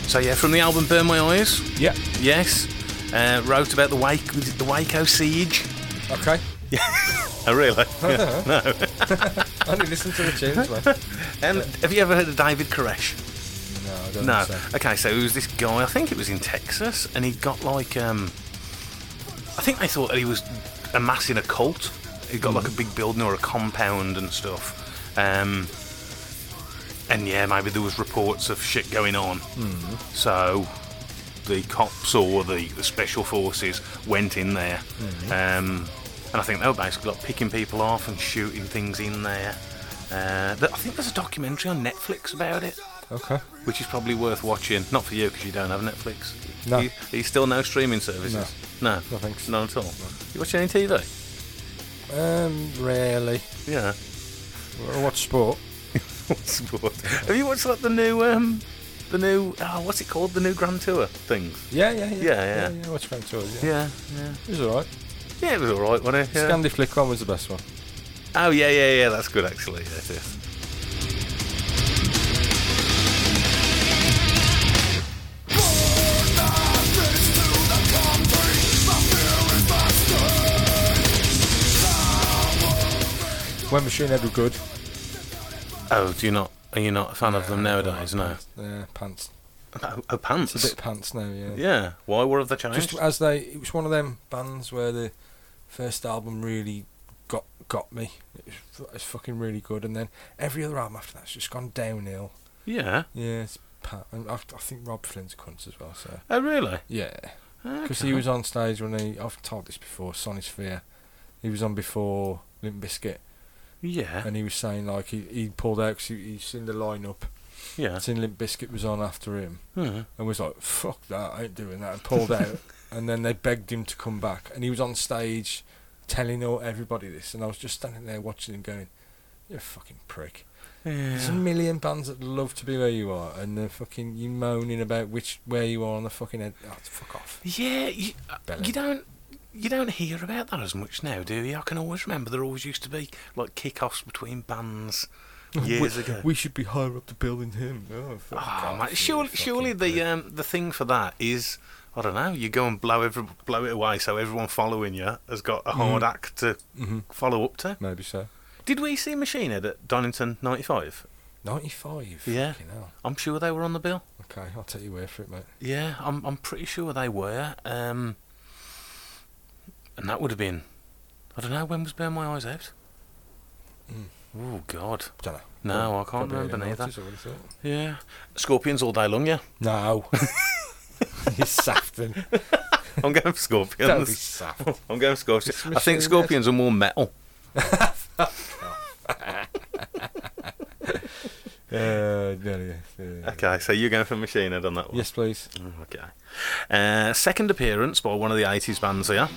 B: So yeah, from the album Burn My Eyes,
C: Yeah.
B: yes. Uh, wrote about the Wake, was it the Waco siege.
C: Okay.
B: Oh really?
C: I only listen to the tunes, man.
B: Um, have you ever heard of David Koresh?
C: No, I don't
B: No.
C: think so.
B: Okay, so it was this guy. I think it was in Texas, and he got like um, I think they thought that he was amassing a cult. He got like a big building or a compound and stuff. Um, and yeah, maybe there was reports of shit going on. So the cops or the, the special forces went in there, um, and I think they were basically like picking people off and shooting things in there. Uh, th- I think there's a documentary on Netflix about it
C: Okay.
B: which is probably worth watching. Not for you because you don't have Netflix.
C: No.
B: You, you still no streaming services. No.
C: No, thanks.
B: None at all. You watch any TV?
C: Um, rarely.
B: Yeah.
C: I watch sport.
B: Sport. Have you watched like the new um, the new oh, what's it called? The new Grand Tour things.
C: Yeah, yeah, yeah.
B: Yeah, yeah.
C: I watch Grand Tours, yeah.
B: Yeah. Yeah.
C: It was alright.
B: Yeah, it was all right, wasn't it? Yeah.
C: Scandi Flick one was the best one.
B: oh yeah, yeah, yeah. That's good actually. Yeah, it is.
C: When Machine Head were good.
B: Oh, do you not? Are you not a fan of them nowadays? No.
C: Yeah, pants.
B: Oh, oh, pants.
C: It's a bit pants now, yeah.
B: yeah. Why? What have they changed?
C: Just as they, it was one of them bands where the first album really got got me. It was, fu- it's fucking really good, and then every other album after that's just gone downhill.
B: yeah.
C: Yeah, it's pat. And I, I think Rob Flynn's a cunt as well. So
B: Oh really?
C: yeah, because he was on stage when he. I've told this before. Sonisphere. He was on before Limp Biscuit,
B: Yeah.
C: and he was saying like he, he pulled out because he, he seen the lineup.
B: Yeah. Hmm.
C: Seen Limp Biscuit was on after him,
B: Yeah.
C: and was like, "Fuck that, I ain't doing that," and pulled out. and then they begged him to come back, and he was on stage telling all everybody this, and I was just standing there watching him, going, "You're a fucking prick." There's a million bands that love to be where you are, and they're fucking you moaning about which where you are on the fucking head. Oh, fuck off.
B: Yeah, you, uh,
C: Bella.
B: you don't you don't hear about that as much now, do you? I can always remember there always used to be like kick-offs between bands years
C: we,
B: ago.
C: we should be higher up the building than him. Oh, fuck
B: oh,
C: off,
B: mate,
C: you
B: surely,
C: fucking
B: surely the
C: prick.
B: um, the thing for that is I don't know. You go and blow every, blow it away, so everyone following you has got a
C: Mm.
B: hard act to
C: Mm-hmm.
B: follow up to.
C: maybe so.
B: Did we see Machine Head at Donington '95?
C: Ninety-five.
B: Yeah.
C: Fucking hell.
B: I'm sure they were on the bill.
C: Okay, I'll take your word for it, mate.
B: Yeah, I'm I'm pretty sure they were. Um, and that would have been, I don't know, when was Burn My Eyes out? Oh God,
C: Dunno.
B: no, I can't
C: Hmm. Probably
B: remember
C: early
B: neither.
C: 90s, I would've thought.
B: Yeah, Scorpions all day long. Yeah,
C: No. you Safton.
B: I'm going for
C: Don't be Uh,
B: Scorpions.
C: Safton.
B: I'm going for Scorpions. I
C: Machine
B: think
C: Head.
B: Scorpions are more metal.
C: Uh, no, yeah, yeah.
B: Okay, so you're going for Machine Head on that one.
C: Yes, please.
B: Mm, Okay. Uh, second appearance by one of the 80s bands here.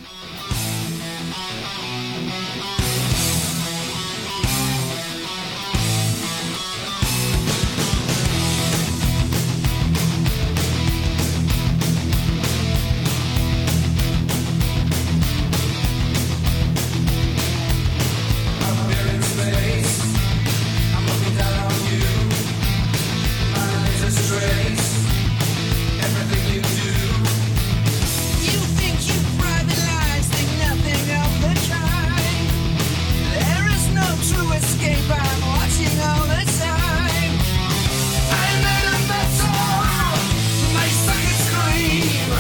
D: You think you private lives think nothing of the kind. There is no true escape. I'm watching all the time. I'm in a battle. My sockets scream.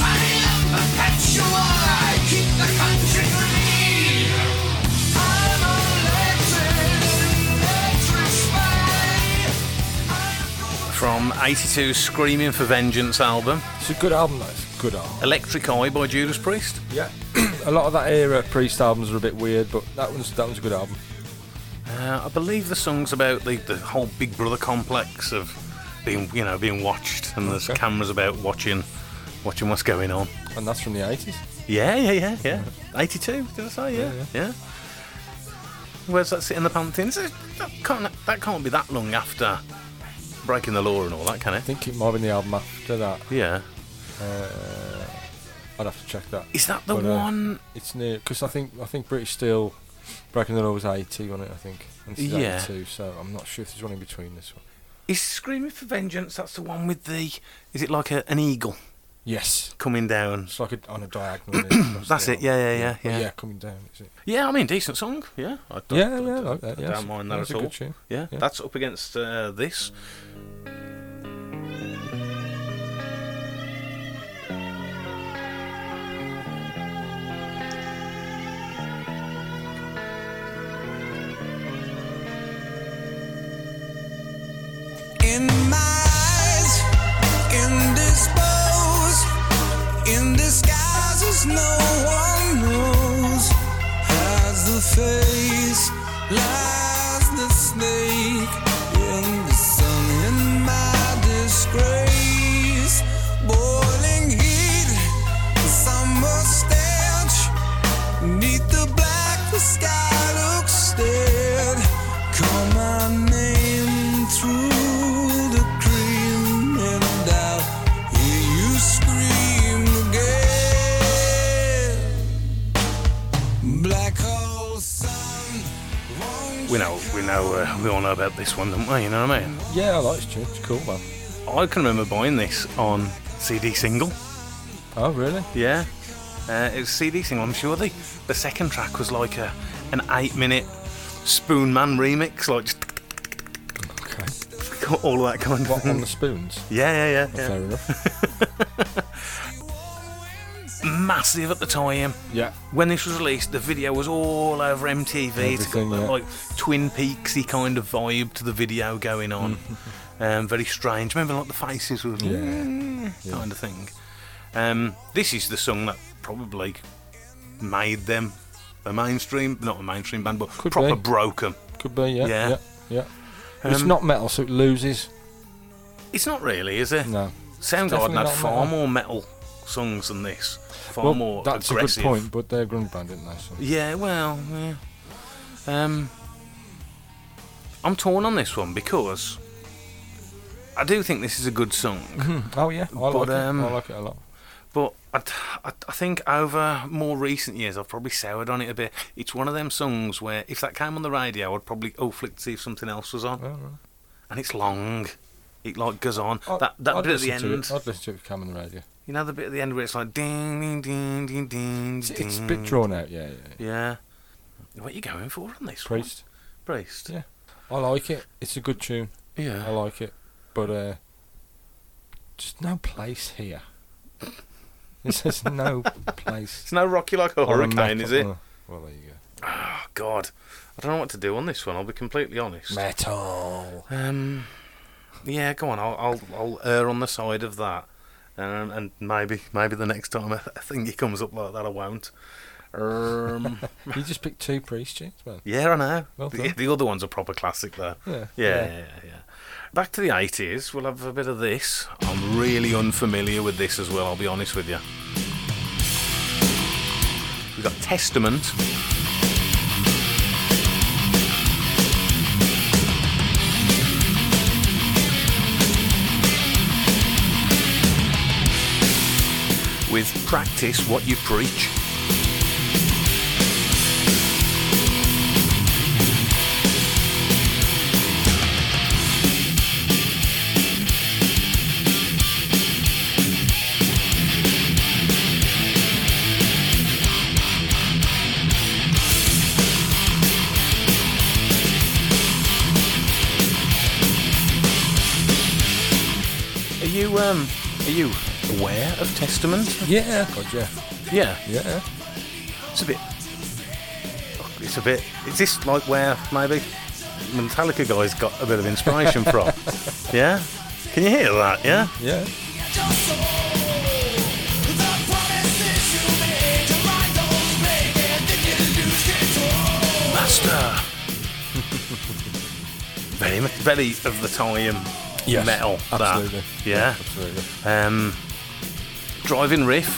D: I am perpetual. I keep the country green. I'm electric, electric spy.
B: From 82 Screaming for Vengeance album,
C: It's a good album, though. It's a good album.
B: Electric Eye by Judas Priest.
C: Yeah. a lot of that era Priest albums are a bit weird, but that one's that one's a good album.
B: Uh, I believe the song's about the, the whole Big Brother complex of being, you know, being watched, and there's
C: Okay.
B: cameras about watching, watching what's going on.
C: And that's from the 80s.
B: Yeah, yeah, yeah, yeah. 82, did I say? Yeah, yeah.
C: Yeah,
B: Where's that sit in the pantheon? Is it- That can't, that can't be that long after breaking the law and all that, can
C: I
B: it?
C: think it might have been the album after that.
B: Yeah.
C: Uh, I'd have to check that.
B: Is that the
C: But, uh,
B: one?
C: It's near because I think I think British Steel Breaking the Law was 80 on it. I think. And this is
B: Yeah.
C: 82, so I'm not sure if there's one in between this one.
B: Is Screaming for Vengeance, that's the one with the. Is it like a, an eagle
C: Yes.
B: coming down?
C: It's like a, on a diagonal. across
B: That's
C: the
B: it, yeah, yeah, yeah,
C: But
B: yeah.
C: yeah, coming down. Is it?
B: Yeah, I mean, decent song. Yeah, I don't,
C: Yeah,
B: I
C: yeah, I
B: don't,
C: like that,
B: I
C: yeah.
B: don't mind that
C: That's
B: at
C: a
B: all.
C: good tune.
B: Yeah,
C: Yeah.
B: that's up against uh, this.
A: In my eyes, indisposed, in disguises no one knows. Has the face, lies the snake, in the sun, in my disgrace. Boiling heat, summer stench. Neath the black, the sky looks dead. Call my name through the cream, and I'll hear you scream again. Black hole sun. won't
B: We know, we know, uh, we all know about this one, don't we? You know what I mean?
C: Yeah, I like this tune. It's a cool, man.
B: I can remember buying this on CD single.
C: Oh, really?
B: Yeah, uh, it was CD single. I'm sure the the second track was like a an eight minute Spoon Man remix, like just
C: Okay.
B: all of that kind of
C: What, on
B: thing.
C: the spoons?
B: Yeah, yeah, yeah.
C: Fair enough.
B: yeah. Massive at the time.
C: Yeah.
B: When this was released, the video was all over MTV. It's got
C: Everything,
B: that,
C: yeah.
B: like Twin Peaksy kind of vibe to the video going on. um, very strange. Remember, like the faces was
C: Yeah.
B: "Mm," kind of thing. Um, this is the song that probably made them a mainstream, not a mainstream band, but
C: Could
B: proper
C: be.
B: broke 'em.
C: Could be, yeah.
B: Yeah.
C: Yeah. Yeah. it's
B: Um,
C: not metal, so it loses.
B: It's not really, is it?
C: No.
B: Soundgarden
C: definitely
B: had
C: not
B: far
C: metal.
B: more metal songs than this. Far
C: well,
B: more
C: that's
B: aggressive.
C: a good point, but they're a grunge band, didn't they? So.
B: Yeah, well, yeah. Um, I'm torn on this one because I do think this is a good song,
C: Oh, yeah. I
B: Mm.
C: like
B: But, um,
C: it. I like it a lot.
B: but I, t- I- I think over more recent years I've probably soured on it a bit. It's one of them songs where if that came on the radio, I'd probably oh flick to see if something else was on,
C: I don't know.
B: and it's long. It like goes on.
C: I'd-
B: that that
C: I'd
B: bit at the
C: listen to
B: end,
C: it. I'd listen to it if it came on the radio.
B: you know, the bit at the end where it's like ding ding ding ding ding.
C: It's, it's
B: ding.
C: a bit drawn out, yeah, yeah. yeah.
B: Yeah. What are you going for on this? one?
C: Priest.
B: Priest.
C: Yeah. I like it. It's a good tune.
B: Yeah.
C: I like it, but uh, just no place here. There's just no place.
B: It's no rocky like a
C: on a
B: hurricane,
C: metal-
B: is it?
C: uh, Well, there you go.
B: Oh God, I don't know what to do on this one. I'll be completely honest.
C: Metal.
B: Um, yeah, go on. I'll I'll, I'll err on the side of that, um, and maybe maybe the next time a a thingy comes up like that, I won't. Um,
C: You just picked two priest tunes, man.
B: yeah, I know.
C: Well
B: the,
C: done.
B: the other one's a proper classic, though.
C: Yeah,
B: Yeah,
C: yeah.
B: yeah, yeah. Back to the 80s, we'll have a bit of this. I'm really unfamiliar with this as well, I'll be honest with you. We've got Testament. With practice what you preach. Are you um are you aware of Testament?
C: Yeah, God, yeah,
B: Yeah.
C: yeah.
B: It's a bit. It's a bit. Is this like where maybe the Metallica guys got a bit of inspiration from? Yeah. Can you hear that? Yeah.
C: Yeah,
B: Master. very, mu- very of the time.
C: Yes,
B: metal. that.
C: absolutely.
B: Yeah.
C: absolutely.
B: Um, driving riff.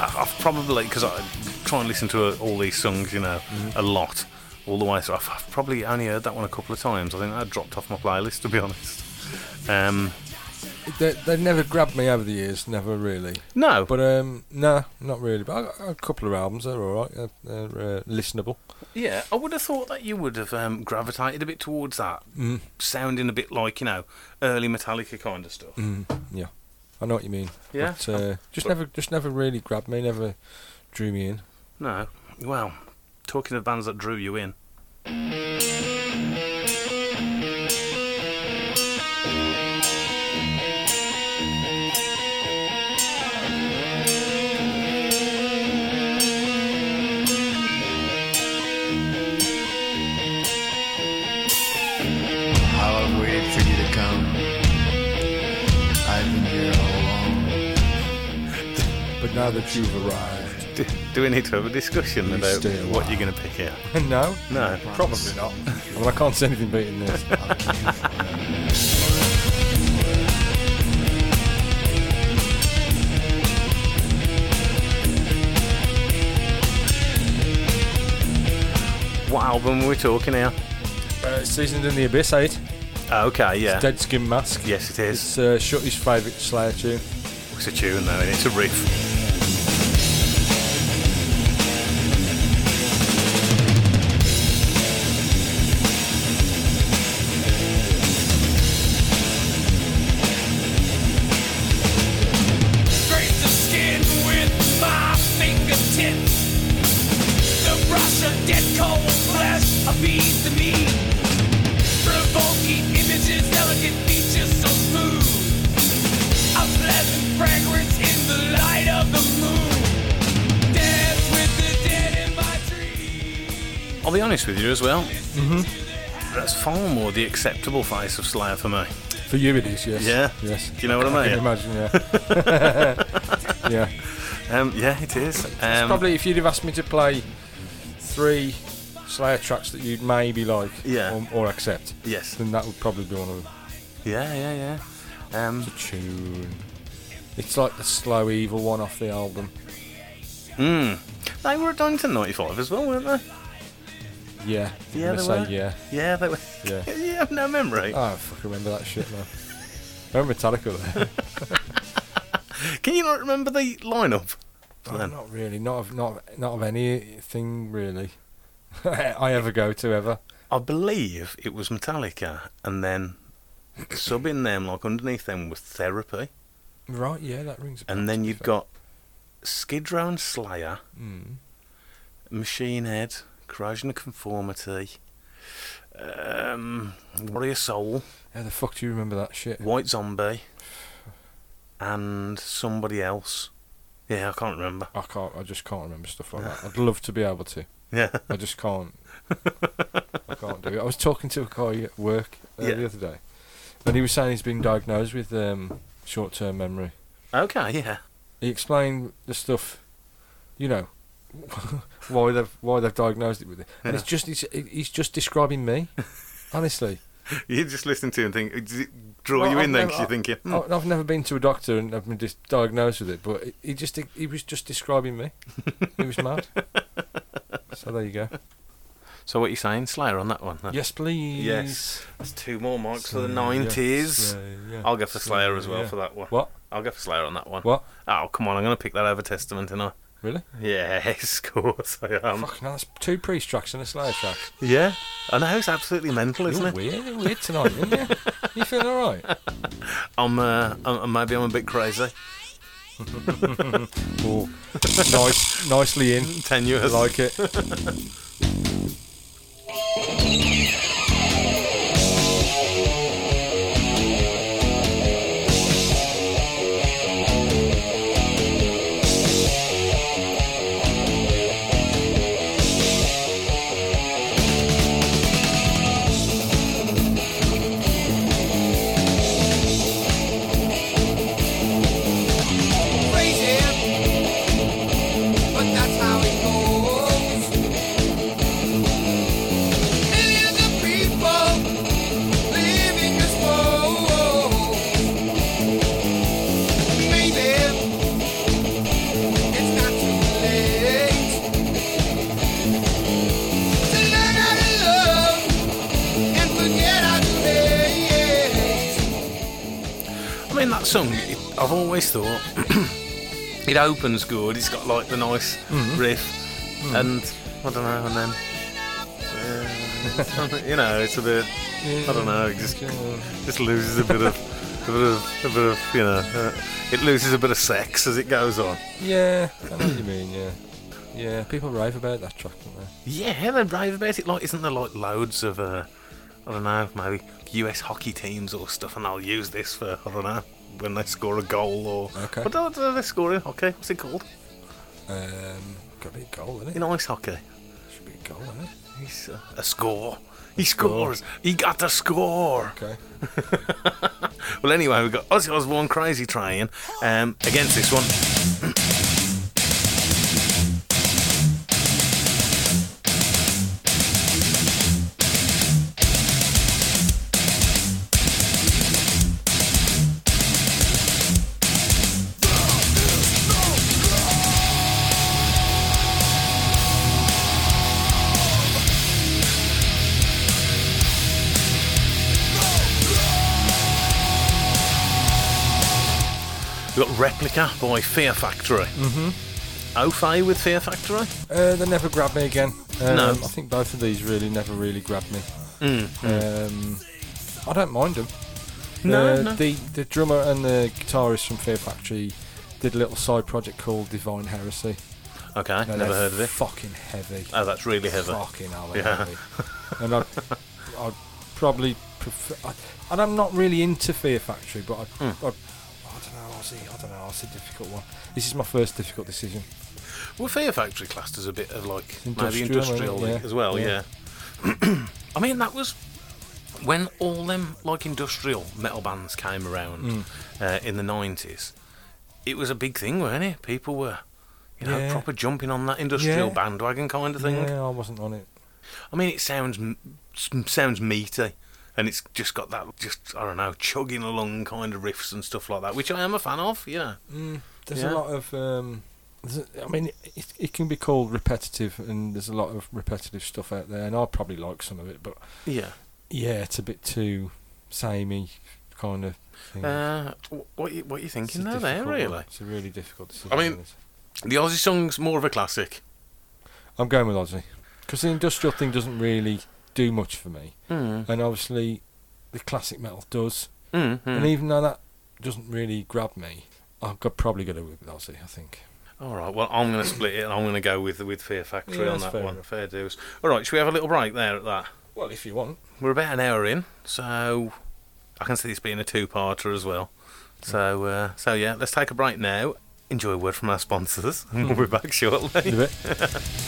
B: I, I've probably because I try and listen to uh all these songs, you know, a lot, all the way. So I've, I've probably only heard that one a couple of times. I think that dropped off my playlist, to be honest. Um,
C: They, they've never grabbed me over the years, never really.
B: No,
C: But um, no, not really. But I got a couple of albums. They're all right. They're, they're uh, listenable.
B: yeah, I would have thought that you would have um, gravitated a bit towards that,
C: Mm.
B: sounding a bit like you know early Metallica kind of stuff.
C: Mm, yeah, I know what you mean.
B: Yeah.
C: But, uh, just never, just never really grabbed me. Never drew me in.
B: No, well, talking of bands that drew you in,
F: How I've waited for you to come. I've been here all along.
C: But now that you've arrived,
B: do, do we need to have a discussion
C: You
B: about
C: stay a
B: what you're going to pick out?
C: no,
B: No,
C: probably not. well, I can't say anything beating this.
B: what album are we talking here?
C: uh, Seasoned in the Abyss, eight.
B: Oh, Okay, yeah,
C: Dead Skin Mask.
B: yes, it is.
C: It's uh, Shutty's favourite Slayer tune.
B: It's a tune though, and it's a riff.
E: Scrape the skin with my fingertips. The brush of dead cold flesh appease the meat. Provoking images, delicate features so smooth. A pleasant fragrance in the light of the moon. Dance with the dead in my dreams.
B: I'll be honest with you as well. Mm-hmm. That's far more the acceptable face of Slayer for me.
C: For you, it is. Yes.
B: Yeah.
C: Yes.
B: Do you know what I
C: I can
B: mean?
C: imagine. Yeah. yeah.
B: Um, yeah, it is. Um,
C: Probably if you'd have asked me to play three Slayer tracks that you'd maybe like
B: Yeah.
C: or, or accept,
B: yes.
C: then that would probably be one of them.
B: Yeah, yeah, yeah. Um,
C: Tune. It's like the slow evil one off the album.
B: mm. They were at Donington '95 as well, weren't they?
C: Yeah.
B: Yeah,
C: I'm
B: they
C: gonna say
B: were.
C: yeah.
B: Yeah, they were.
C: Yeah.
B: you have no memory.
C: Oh, I fucking remember that shit now. I remember Metallica there.
B: Can you not remember the lineup?
C: Oh, not really. Not of not of- not of anything really. I ever go to ever.
B: I believe it was Metallica, and then subbing them, like underneath them, was Therapy,
C: Right. Yeah, that rings. a bell,
B: and then
C: to be
B: you've
C: fair.
B: got Skid Row and Slayer,
C: Hmm.
B: Machine Head, Corrosion of Conformity, um, Warrior Soul,
C: How the fuck do you remember that shit?
B: White Zombie, and somebody else. Yeah, I can't remember.
C: I can't. I just can't remember stuff like that. I'd love to be able to.
B: Yeah.
C: I just can't. I can't do it. I was talking to a guy at work uh,
B: Yeah.
C: the other day, and he was saying he's been diagnosed with um, short-term memory.
B: Okay, yeah.
C: He explained the stuff, you know, why they've why they've diagnosed it with it, and it's just he's, he's just describing me, honestly.
B: You just listen to it and think, does it draw you
C: Well,
B: in
C: I've
B: then because
C: never-
B: you're thinking, hmm,
C: I- I've never been to a doctor and I've been dis- diagnosed with it, but he- he just he was just describing me. He was mad. so there you go.
B: So what you saying, Slayer on that one? huh?
C: Yes, please.
B: Yes. That's two more marks for the
C: Slayer,
B: nineties.
C: Slayer, yeah.
B: I'll go for Slayer as well
C: yeah.
B: for that one.
C: What?
B: I'll go for Slayer on that one.
C: What?
B: Oh come on, I'm gonna pick that over Testament, and I.
C: Really?
B: Yes, of course I am.
C: Fuck, no, that's two priest tracks and a Slayer track.
B: Yeah, I know it's absolutely mental, isn't
C: You're
B: it?
C: weird, you're weird tonight, aren't you? You feeling all right?
B: I'm, uh, I'm maybe I'm a bit crazy.
C: Cool. nice, nicely in. I
B: Tenuous.
C: like it.
A: Raise him, but that's how it goes.
B: that song, it, I've always thought it opens good. It's got like the nice
C: Mm-hmm.
B: riff,
C: Mm.
B: and I don't know, and then uh, you know, it's a bit. I don't know. It just just loses a bit of. A bit, of, a bit of, you know, uh, it loses a bit of sex as it goes on.
C: Yeah, I know what you mean. Yeah, yeah. People rave about that track, don't they?
B: Yeah, they're brave about it. Like, isn't there like loads of, uh, I don't know, maybe US hockey teams or stuff, and they'll use this for I don't know when they score a goal or
C: Okay.
B: what do- do they score in hockey? What's it called?
C: Um, got to be a goal, isn't it?
B: In ice hockey,
C: Should be a goal, isn't it?
B: he's uh, a score. He scores. He got the score.
C: Okay.
B: Well, anyway, we've got Ozzy Osbourne, Crazy Train, um, against this one. We've got Replica by Fear Factory. Mm-hmm. Au fait with Fear Factory?
C: Uh, they never grabbed me again. Um,
B: No. Mm,
C: I think both of these really never really grabbed me. Um, I don't mind them.
B: No,
C: the,
B: no.
C: the the drummer and the guitarist from Fear Factory did a little side project called Divine Heresy.
B: Okay,
C: Now,
B: never
C: they're
B: heard of it.
C: Fucking heavy.
B: Oh, that's really heavy.
C: Fucking hell, they're
B: Yeah.
C: heavy. and I, I probably prefer. I, and I'm not really into Fear Factory, but I,
B: Hmm.
C: I, I don't know. I see. I don't know. I see difficult one. This is my first difficult decision.
B: Well, Fear Factory classed as a bit of like maybe
C: Industrial,
B: industrial
C: yeah.
B: as well,
C: Yeah.
B: yeah. I mean, that was when all them like industrial metal bands came around
C: Mm.
B: uh, in the nineties. It was a big thing, weren't it? People were, you know,
C: Yeah.
B: proper jumping on that industrial
C: Yeah.
B: bandwagon kind of thing.
C: Yeah, I wasn't on it.
B: I mean, it sounds m- s- sounds meaty, and it's just got that just I don't know chugging along kind of riffs and stuff like that, which I am a fan of. You know,
C: Mm, There's
B: Yeah.
C: a lot of. Um, there's a- I mean, it, it can be called repetitive, and there's a lot of repetitive stuff out there, and I probably like some of it, but
B: yeah.
C: yeah, it's a bit too samey kind of thing.
B: Uh, wh- what you, what you
C: It's a
B: thinking there? There
C: difficult one.
B: really.
C: It's a really difficult decision.
B: I mean-
C: this.
B: The Aussie song's more of a classic.
C: I'm going with Ozzy because the industrial thing doesn't really do much for me,
B: Mm.
C: and obviously the classic metal does.
B: Mm, mm.
C: And even though that doesn't really grab me, I'm go- probably going to with Ozzy. I think.
B: All right. Well, I'm going to split it. and I'm going to go with with Fear Factory
C: Yeah,
B: on
C: that's
B: that
C: fair
B: one.
C: enough.
B: Fair dues. All right. Should we have a little break there at that?
C: Well, if you want.
B: We're about an hour in, so I can see this being a two-parter as well. So, uh, so yeah, let's take a break now. Enjoy a word from our sponsors, and we'll be back shortly.
C: In a bit.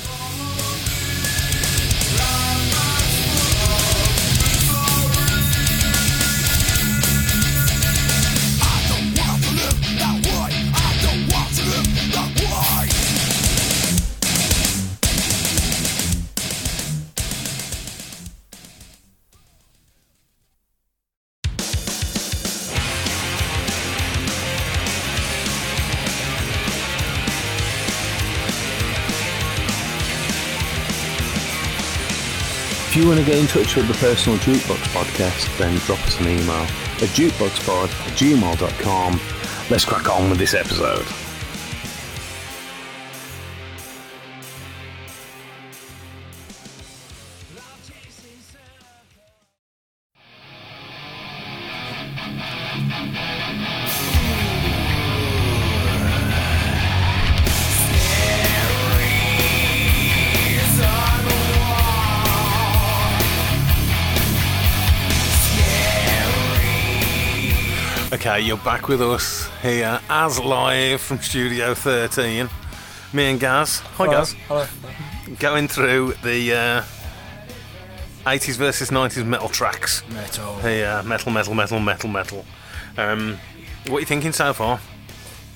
G: If you want to get in touch with the Personal Jukebox Podcast, then drop us an email at jukeboxpod at gmail.com. Let's crack on with this episode.
B: Okay, you're back with us here as live from Studio 13. Me and Gaz. Hi,
C: Hello,
B: Gaz.
C: hello.
B: Going through the uh, 80s versus 90s metal tracks.
C: Metal.
B: The uh, metal, metal, metal, metal, metal. Um, what are you thinking so far?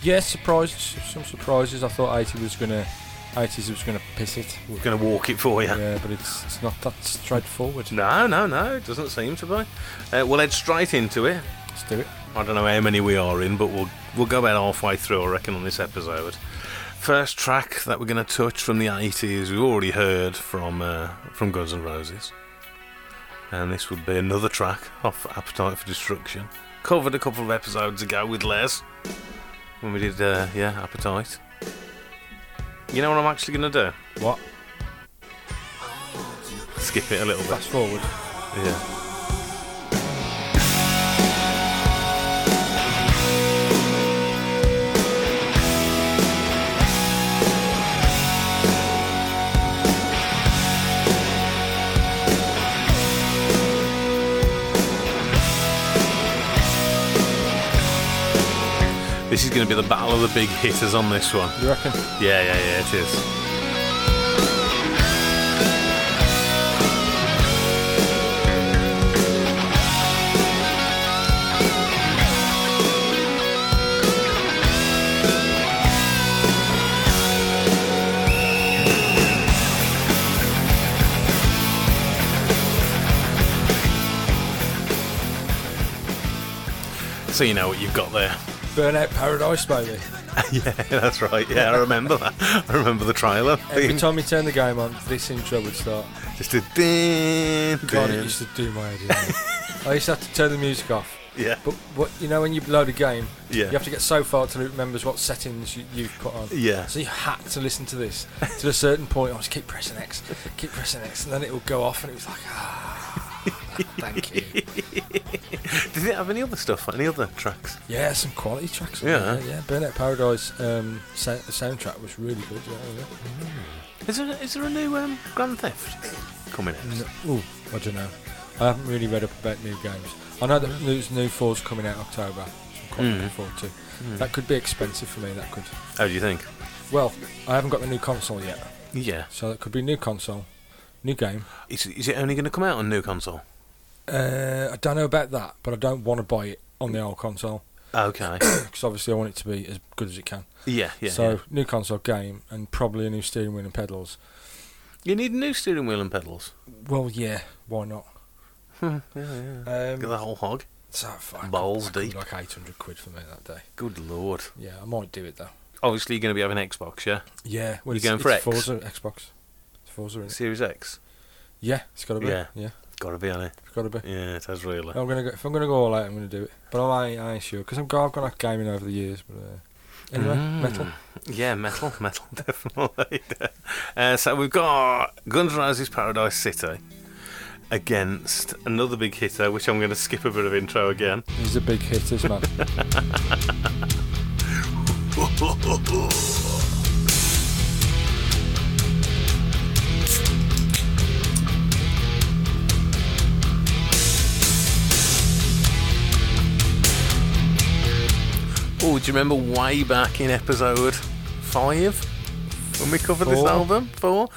C: Yes, surprised. Some surprises. I thought 80 was gonna, 80s was gonna piss it.
B: We're going to walk it for you.
C: Yeah, but it's it's not that straightforward.
B: No, no, no. It doesn't seem to be. Uh, we'll head straight into it.
C: Let's do it.
B: I don't know how many we are in, but we'll we'll go about halfway through, I reckon, on this episode. First track that we're going to touch from the '80s, we've already heard from uh, from Guns N' Roses, and this would be another track off Appetite for Destruction, covered a couple of episodes ago with Les when we did, uh, yeah, Appetite. You know what I'm actually going to
C: What?
B: do? Skip it a little bit.
C: Fast forward.
B: Yeah. This is going to be the battle of the big hitters on this one.
C: You reckon?
B: Yeah, yeah, yeah, it is. So you know what you've got there.
C: Burnout Paradise, baby.
B: Yeah, that's right. Yeah, I remember that. I remember the trailer.
C: Every
B: theme.
C: time you turn the game on, this intro would start.
B: Just a din,
C: God, it
B: din.
C: used to do my head in. I used to have to turn the music off.
B: Yeah.
C: But what you know when you load a game,
B: Yeah.
C: you have to get so far till it remembers what settings you, you've put on.
B: Yeah.
C: So you had to listen to this to a certain point. I just keep pressing X, keep pressing X, and then it will go off, and it was like, ah, thank you.
B: Did it have any other stuff? Any other tracks?
C: Yeah, some quality tracks. on
B: Yeah.
C: there, yeah. Burnout Paradise um, sa- the soundtrack was really good. Yeah,
B: Is there is there a new um, Grand Theft coming
C: yeah.
B: out?
C: Oh, I don't know. I haven't really read up about new games. I know that there's new fours coming out October. which I'm quite looking forward to. That could be expensive for me. That could.
B: How do you think?
C: Well, I haven't got the new console yet.
B: Yeah.
C: So that could be new console, new game.
B: Is, is it only going to come out on new console?
C: Uh, I don't know about that, but I don't want to buy it on the old console
B: Okay.
C: because obviously I want it to be as good as it can.
B: yeah, yeah.
C: so
B: yeah.
C: new console game and probably a new steering wheel and pedals.
B: you need a new steering wheel and pedals.
C: Well, yeah, why not? Um,
B: Get the whole hog.
C: So fuck,
B: Balls
C: that could be
B: deep.
C: Like eight hundred quid for me that day.
B: Good lord.
C: Yeah, I might do it though.
B: Obviously, you're going to be having Xbox, yeah?
C: Yeah, well,
B: You
C: it's,
B: going for
C: it's
B: X?
C: Forza Xbox. It's Forza, isn't it?
B: Series X.
C: Yeah, it's got to be. Yeah,
B: Yeah. Got to be on it.
C: it's got to be.
B: Yeah, it has really.
C: I'm gonna go, if I'm gonna go all out, I'm gonna do it. But I ain't, I ain't sure because I've got I've gone off gaming over the years. But uh, anyway,
B: Mm.
C: metal.
B: Yeah, metal, metal, definitely. uh, so we've got Guns N' Roses Paradise City against another big hitter, which I'm going to skip a bit of intro again.
C: He's a big hit, this man.
B: Oh, Oh, do you remember way back in episode five when we covered this
C: Four.
B: album? Four.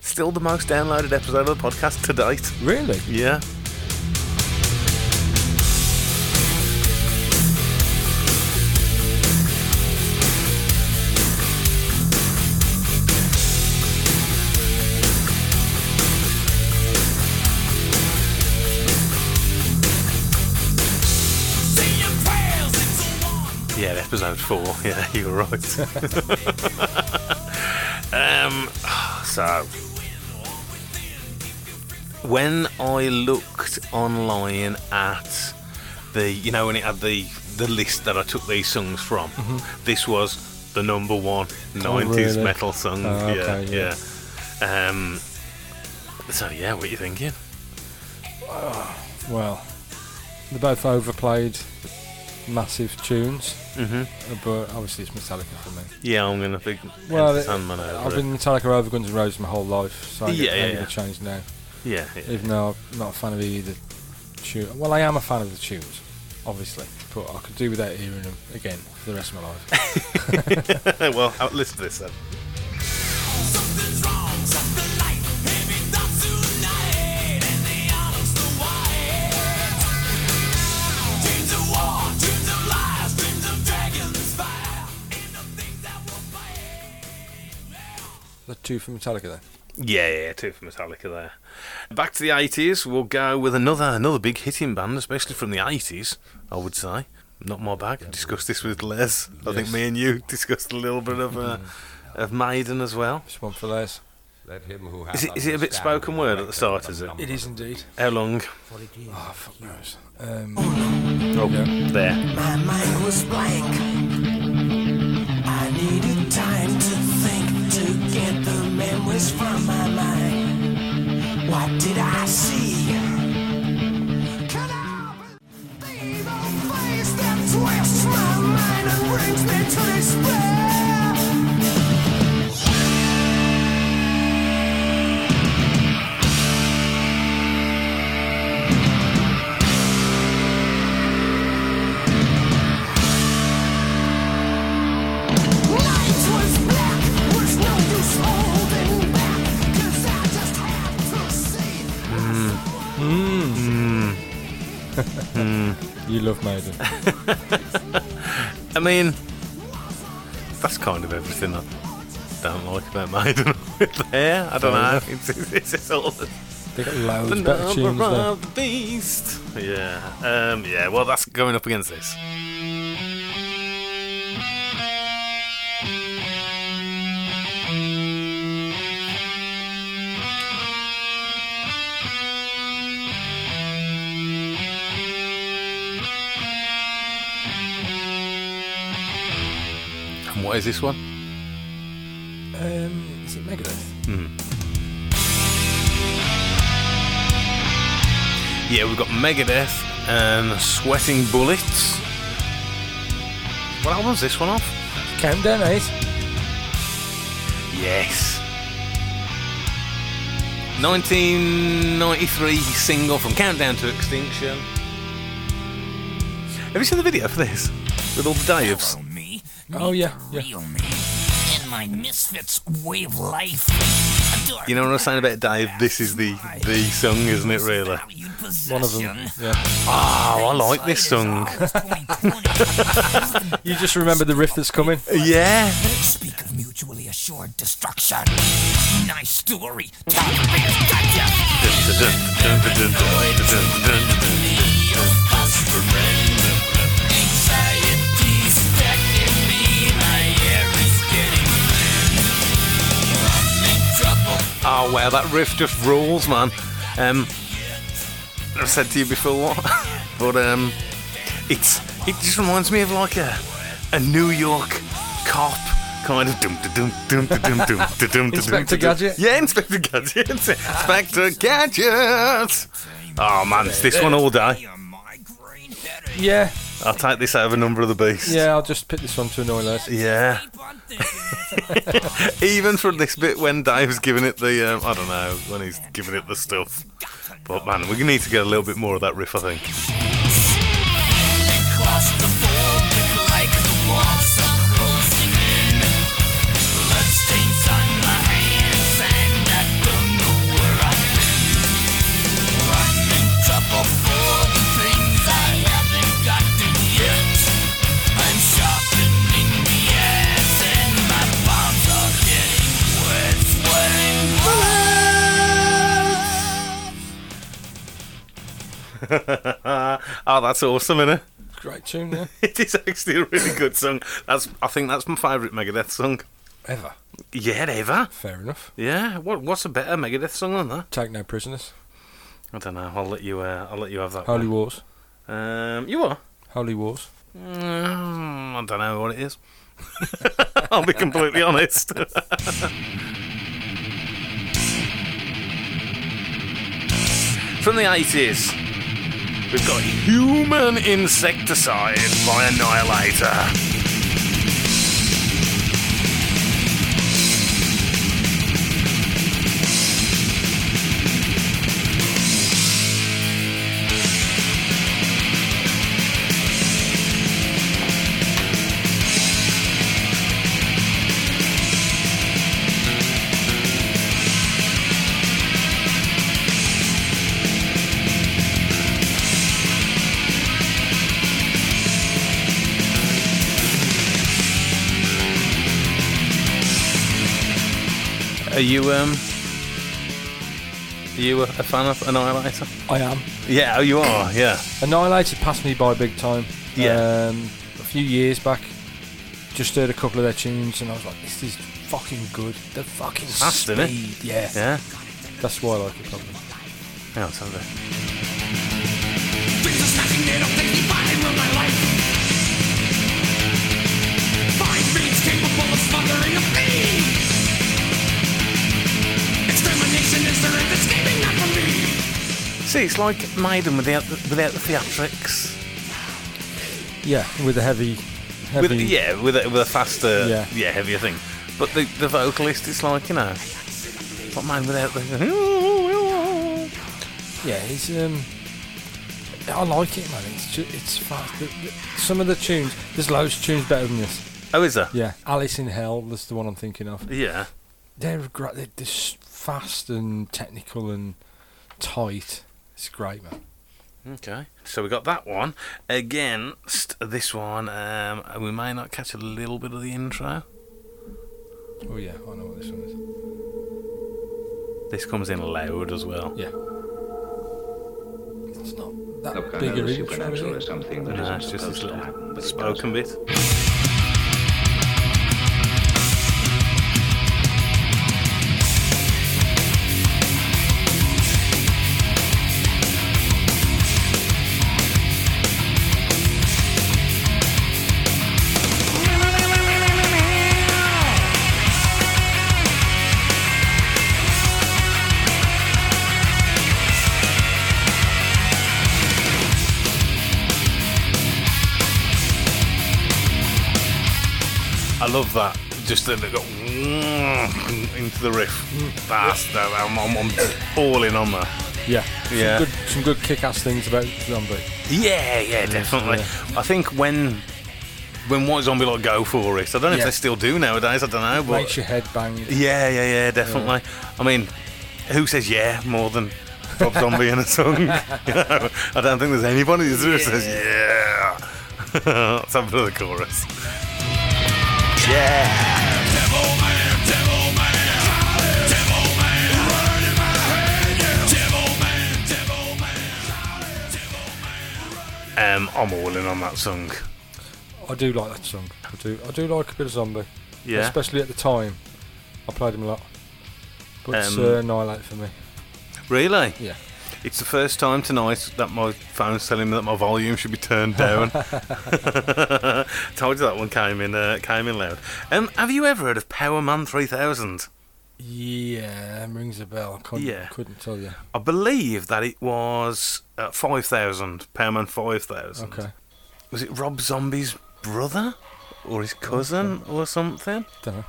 B: Still the most downloaded episode of the podcast to date.
C: really?
B: Yeah. Yeah, episode four. Yeah, you were right. um, so when I looked online at the, you know, when it had the the list that I took these songs from, this was the number one 90s
C: Mm-hmm. Oh, really?
B: metal song.
C: Oh, okay,
B: yeah,
C: yeah.
B: yeah. Um, so yeah, what are you thinking?
C: Well, they're both overplayed, massive tunes, mm-hmm. but obviously it's Metallica for me.
B: Yeah, I'm gonna think.
C: Well,
B: Enter
C: it-
B: Sandman over
C: I've
B: it.
C: been Metallica over Guns N' Roses my whole life, so I'm
B: Yeah, yeah,
C: going
B: yeah.
C: to change now.
B: yeah, yeah.
C: Even though I'm not a fan of either tune. Well, I am a fan of the tunes, obviously, but I could do without hearing them again for the rest of my life.
B: well, uh, listen to this then.
C: the two from Metallica then.
B: Yeah, yeah, yeah, two for Metallica there. Back to the 80s, we'll go with another another big hitting band, especially from the 80s, I would say. Not my bag. I discussed this with Les. I think
C: Yes.
B: me and you discussed a little bit of uh, of Maiden as well.
C: This one for Les.
H: Let him who hath
B: Is it, is it a bit
H: understanding
B: spoken word
H: let
B: at the
H: them
B: start, is it?
C: It is indeed.
B: How long?
C: Oh, fuck knows. Um,
B: Oh, there.
A: My mind was blank. I needed time to think to get the memories from my mind. What did I see? Could I be the face that twists my mind and brings me to despair? Night was black, was no use holding back, 'cause I just had to see.
C: you love Maiden.
B: I mean, that's kind of everything I don't like about Maiden. there, I don't know. It's, it's, it's all the,
C: They got loads
B: the
C: better tunes
B: number
C: there.
B: uh, of the beast. Yeah. Um, yeah. Well, that's going up against this. And what is this one?
C: Um, is it Megadeth?
B: Yeah, we've got Megadeth and Sweating Bullets. What album's this one off?
C: Countdown 8.
B: Yes. 1993 single from Countdown to Extinction. Have you seen the video for this? With all the dives?
I: me,
C: Oh, yeah. yeah.
I: real me, and my misfits way of life. Adore
B: You know what I'm saying about Dave? This is the the song, isn't it? Really?
I: valued
C: One of them.
I: possession.
C: Yeah.
B: Oh, I like this song.
C: You just remember the riff that's coming.
B: Yeah.
I: Speak of mutually assured destruction. Nice story. Tell the best gotcha. Anxiety's affecting me. My air is getting
B: Oh wow, that riff just rules, man. Um, I've said to you before, but um, it's it just reminds me of like a a New York cop kind of dum dum dum dum dum dum dum dum.
C: Inspector Gadget?
B: Yeah, Inspector Gadget. Inspector Gadget. Oh man, it's this one all day.
I: a migraine headache.
C: Yeah.
B: I'll take this out of a number of the beast.
C: Yeah, I'll just pick this one to annoy Les.
B: Yeah.
I: Keep on thinking.
B: Even from this bit when Dave's giving it the um, I don't know when he's giving it the stuff. But man, we need to get a little bit more of that riff, I think. Oh, that's awesome, innit?
C: Great tune, yeah.
B: It is actually a really good song. That's I think that's my favourite Megadeth song.
C: Ever.
B: Yeah, ever.
C: Fair enough.
B: Yeah. What What's a better Megadeth song than that?
C: Take no prisoners.
B: I don't know. I'll let you. Uh, I'll let you have that.
C: Holy
B: one.
C: Wars.
B: Um, you are.
C: Holy Wars.
B: Mm, I don't know what it is. I'll be completely honest. From the 80s, we've got Human Insecticide by Annihilator. Are you um? Are you a, a fan of Annihilator?
C: I am.
B: Yeah, oh, you are. Yeah,
C: Annihilated passed me by big time.
B: Yeah.
C: Um, a few years back, just heard a couple of their tunes and I was like, this is fucking good.
J: The fucking
B: Fast,
J: speed.
B: innit?
J: Yeah.
B: Yeah.
C: That's why I like it. Probably.
B: Yeah, it's over.
E: Things are snatching it up, things dividing from my life. Find beings capable of smothering a fiend. Extermination is the end, escaping not from me.
B: See, it's like Maiden without the, without the theatrics.
C: Yeah, with a heavy, heavy.
B: With, yeah, with a, with a faster, yeah.
C: Yeah.
B: heavier thing. But the, the vocalist, it's like, you know, what man without the.
C: Yeah, he's um. I like it, man. It's ju- it's fast. The, the, some of the tunes, there's loads of tunes better than this.
B: Oh, is there?
C: Yeah, Alice in Hell. That's the one I'm thinking of.
B: Yeah.
C: They're great. They're just fast and technical and tight. It's great, man.
B: Okay. So we got that one against this one. Um, we may not catch a little bit of the intro.
C: Oh yeah, I know what this one is.
B: This comes in loud as well.
C: Yeah. It's not that big a reach. really.
K: something
B: Nah, it's just this little spoken bit. I love that. Just then they got into the riff. That's that. I'm, I'm, I'm all in on that.
C: Yeah.
B: Yeah.
C: Some good, some good kick-ass things about Zombie.
B: Yeah, yeah, definitely. I think when when White Zombie like go for it. I don't know if
C: Yeah.
B: they still do nowadays. I don't know, but
C: Makes your head bang.
B: yeah, yeah, yeah, definitely. I mean, who says yeah more than Bob Zombie in a song? you know, I don't think there's anybody who says yeah. Let's have a bit of the chorus. Yeah. Um, I'm all in on that song.
C: I do like that song. I do. I do like a bit of Zombie,
B: Yeah.
C: especially at the time. I played him a lot, but it's
B: Um,
C: uh, Annihilate for me.
B: Really?
C: Yeah.
B: It's the first time tonight that my phone's telling me that my volume should be turned down. Told you that one came in uh, came in loud. Um, have you ever heard of Power Man 3000?
C: Yeah, rings a bell. I couldn't,
B: Yeah.
C: couldn't tell you.
B: I believe that it was uh, 5000, Power Man 5000.
C: Okay,
B: Was it Rob Zombie's brother or his cousin or something?
C: don't know.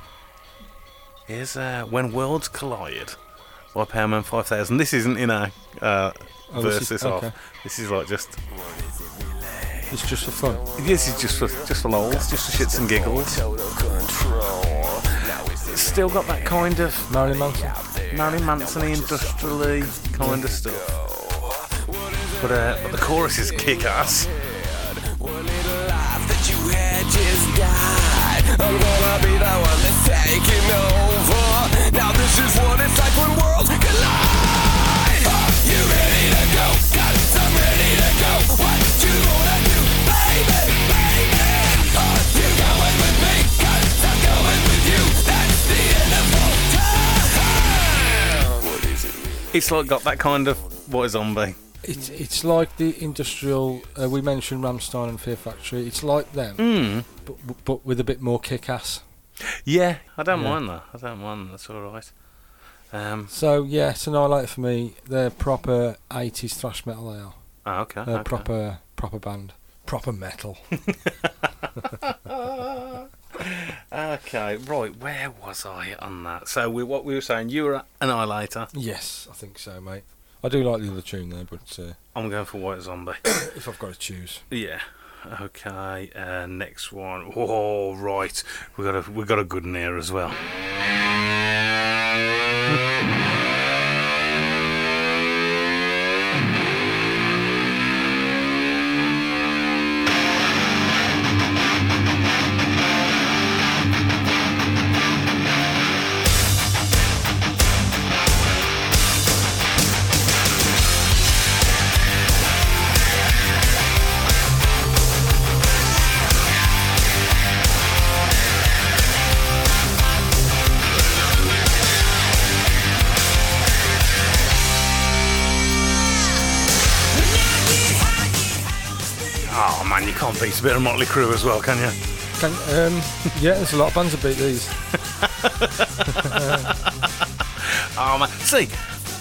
B: Is uh, When Worlds Collide by Power Man 5000. This isn't in our uh,
C: Oh, this
B: versus
C: is-
B: off.
C: okay.
B: This is like just
C: It's just for fun.
B: This is just for just for lols, just for shits and giggles. It's still got that kind of
C: Marilyn Manson.
B: Marilyn Manson industrially kind of stuff. But, uh, but the chorus is kick ass. It's like got that kind of what a zombie.
C: It's it's like the industrial. Uh, we mentioned Ramstein and Fear Factory. It's like them,
B: Hmm.
C: but but with a bit more kick-ass.
B: Yeah, I don't mind that. I don't mind that. That's all right. Um,
C: So yeah, it's Annihilate for me. They're proper '80s thrash metal. They are.
B: ah, okay.
C: They're
B: okay.
C: a proper proper band. Proper metal.
B: Okay, right. Where was I on that? So we, what we were saying, you were Annihilator.
C: yes, I think so, mate. I do like the other tune though, but uh,
B: I'm going for White Zombie.
C: if I've got to choose,
B: Yeah. Okay. Uh, next one. Oh, right. We got a we got a good one here as well.
E: Thank
B: Oh man, you can't beat a bit of Motley Crue as well, can you?
C: Can, um, yeah, there's a lot of bands that beat these.
B: Oh man, see,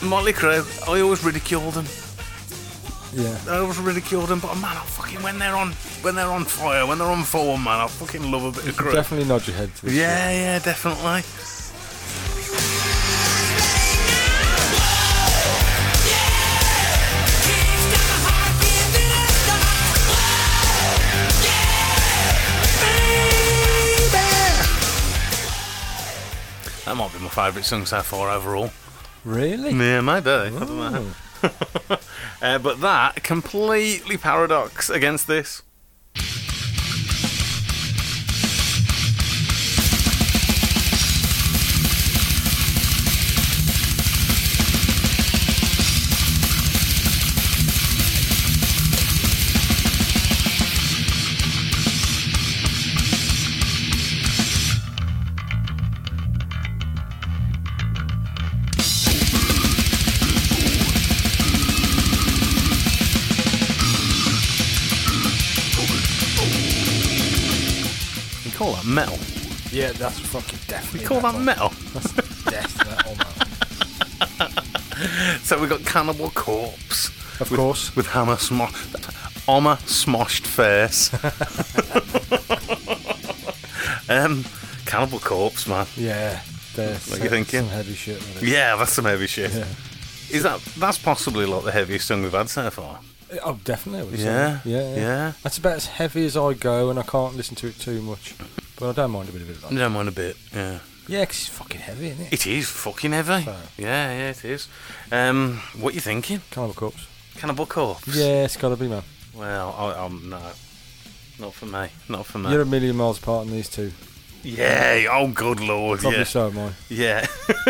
B: Motley Crue, I always ridiculed them.
C: Yeah.
B: I always ridiculed them, but man, I fucking when they're on when they're on fire, when they're on form, man, I fucking love a bit of Crue.
C: Definitely nod your head to this.
B: Yeah, yeah, definitely. That might be my favourite song so far overall.
C: Really?
B: Yeah, maybe. I don't know. uh, but that completely paradox against this. You call that metal?
C: Yeah, that's fucking definitely.
B: You call that metal?
C: Death metal, man.
B: So we got Cannibal Corpse
C: Of course.
B: with Hammer Smosh, Armor Smoshed Face. um, Cannibal Corpse, man.
C: Yeah. They're
B: What you thinking?
C: Some heavy shit. with it.
B: Yeah, that's some heavy shit.
C: Yeah.
B: Is that that's possibly like the heaviest song we've had so far?
C: Oh, definitely. I would say.
B: Yeah,
C: yeah.
B: yeah.
C: That's about as heavy as I go, and I can't listen to it too much. But I don't mind a bit of it like
B: I don't mind a bit. Yeah,
C: Yeah, because it's fucking heavy, isn't it?
B: it is fucking heavy.
C: Fair.
B: Yeah, yeah, it is. Um, what you thinking?
C: Cannibal Corpse.
B: Cannibal Corpse?
C: Yeah, it's gotta be, man.
B: Well, I, um, no, not for me. Not for me.
C: You're a million miles apart in these two.
B: yeah. Oh, good lord.
C: Probably
B: yeah.
C: so am I.
B: Yeah.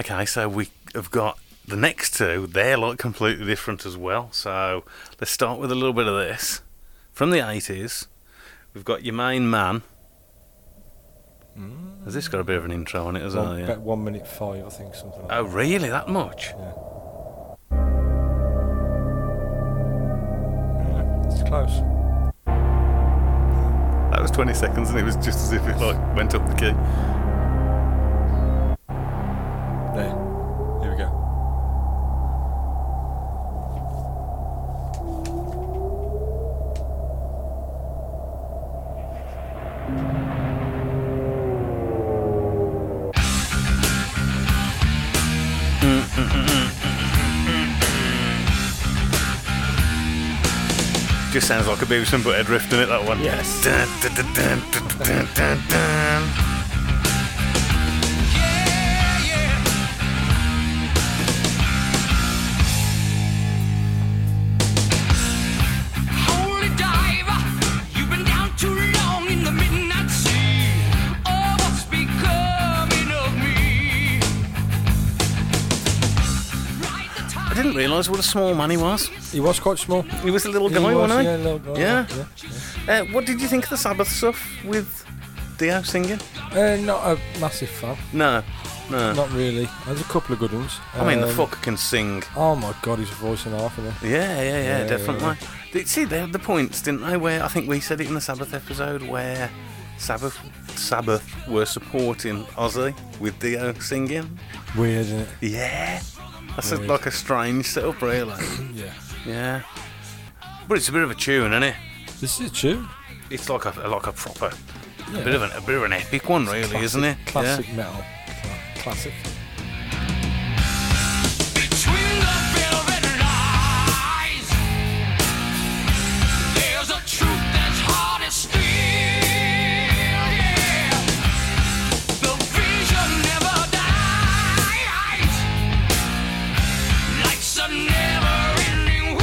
B: okay, so we have got the next two. They're like completely different as well. So let's start with a little bit of this from the 80s. We've got your main man. Has this got a bit of an intro on it as well?
C: One-
B: Oh, Yeah.
C: About one minute five, I think, something like
B: Oh, really? That much?
C: that. It's close.
B: That was 20 seconds, and it was just as if it like went up the key.
C: There. Here we go.
B: Just sounds like a Beavis and Butthead riff, doesn't it? That one.
C: Yes.
B: Dun, dun, dun, dun, dun, dun, dun, dun.
D: Holy diver, you've been down too long in the midnight sea. Oh, what's becoming of me? Right the
B: I didn't realise what a small man he was.
C: He was quite small.
B: He was a little
C: He
B: guy,
C: was,
B: wasn't
C: yeah, little guy,
B: he? Yeah. Uh, what did you think of the Sabbath stuff with Dio singing?
C: yeah. Uh, not a massive fan.
B: No, no.
C: Not really. There's a couple of good ones.
B: I mean, the
C: Um,
B: fucker can sing.
C: Oh my god, he's voicing half of it.
B: Yeah, yeah, yeah,
C: yeah,
B: definitely. Did- See, they had the points, didn't they? Where I think we said it in the Sabbath episode, where Sabbath Sabbath were supporting Ozzy with Dio singing.
C: Weird, isn't it?
B: Yeah. That's a,
C: Weird.
B: like a strange setup, really.
C: Yeah.
B: yeah. But it's a bit of a tune, isn't it?
C: This is a tune.
B: It's like a like a proper,
C: Yeah.
B: a bit of an, a bit of an epic one, really,
C: Classic-
B: isn't it?
C: Classic metal. Cla- Classic.
D: Between the velvet lies, there's a truth that's hard to steal. Yeah, the vision never dies, life's a never-ending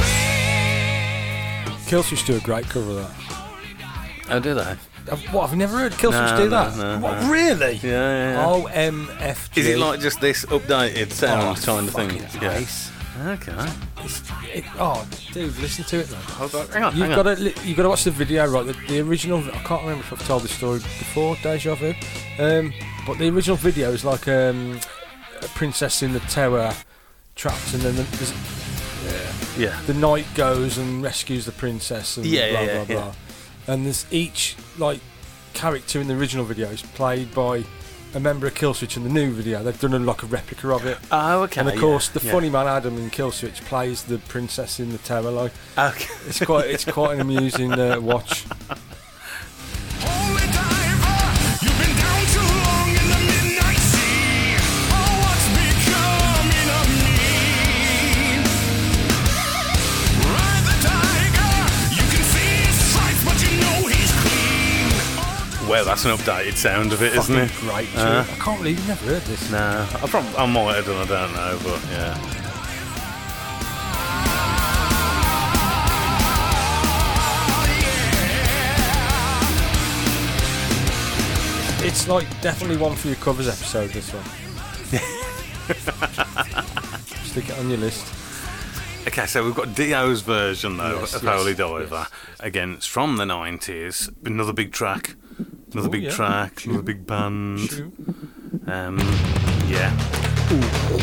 D: wheel.
C: Killswitch do a great cover of that.
B: Yeah. Oh, do they?
C: I've, what? I've never heard
B: No,
C: Killswitch
B: no,
C: do that.
B: no,
C: what?
B: no.
C: Really?
B: Yeah. yeah, yeah.
C: OMFG.
B: Is it like just this updated sound
C: Oh,
B: kind of thing?
C: fucking
B: Yeah.
C: ace.
B: Okay.
C: It, oh, dude, listen to it, man.
B: Hold on, Hang on.
C: You've
B: hang
C: got
B: on.
C: to you've got to watch the video, right? The, the original. I can't remember if I've told this story before. Deja vu. Um, but the original video is like um, a princess in the tower, trapped, and then the, there's-
B: Yeah.
C: the knight goes and rescues the princess and
B: Yeah,
C: blah
B: yeah,
C: blah
B: yeah,
C: blah. And there's each like character in the original video is played by a member of Killswitch in the new video. They've done a, like a replica of it.
B: Oh, okay.
C: and of
B: yeah,
C: course, the
B: yeah.
C: funny man Adam in Killswitch plays the princess in the tower. Like
B: Okay.
C: it's quite it's quite an amusing uh, watch.
A: Holy diver, you've been down too long in the midnight sea. Oh, what's becoming of me? Ride the tiger, you can see his stripes, but you know he's clean.
B: Well, that's an updated sound of it, isn't it?
C: Great. I can't believe you've never heard this.
B: Nah, I, prob- I might have done, I don't know, but yeah.
C: It's like definitely one for your covers episode. This one. Stick it on your list.
B: Okay, so we've got Dio's version, though,
C: Yes,
B: of
C: yes,
B: Holy
C: yes,
B: Diver. Again, it's from the 90s. Another big track. Another
C: Oh,
B: big
C: yeah.
B: track. Another big band. Um, yeah.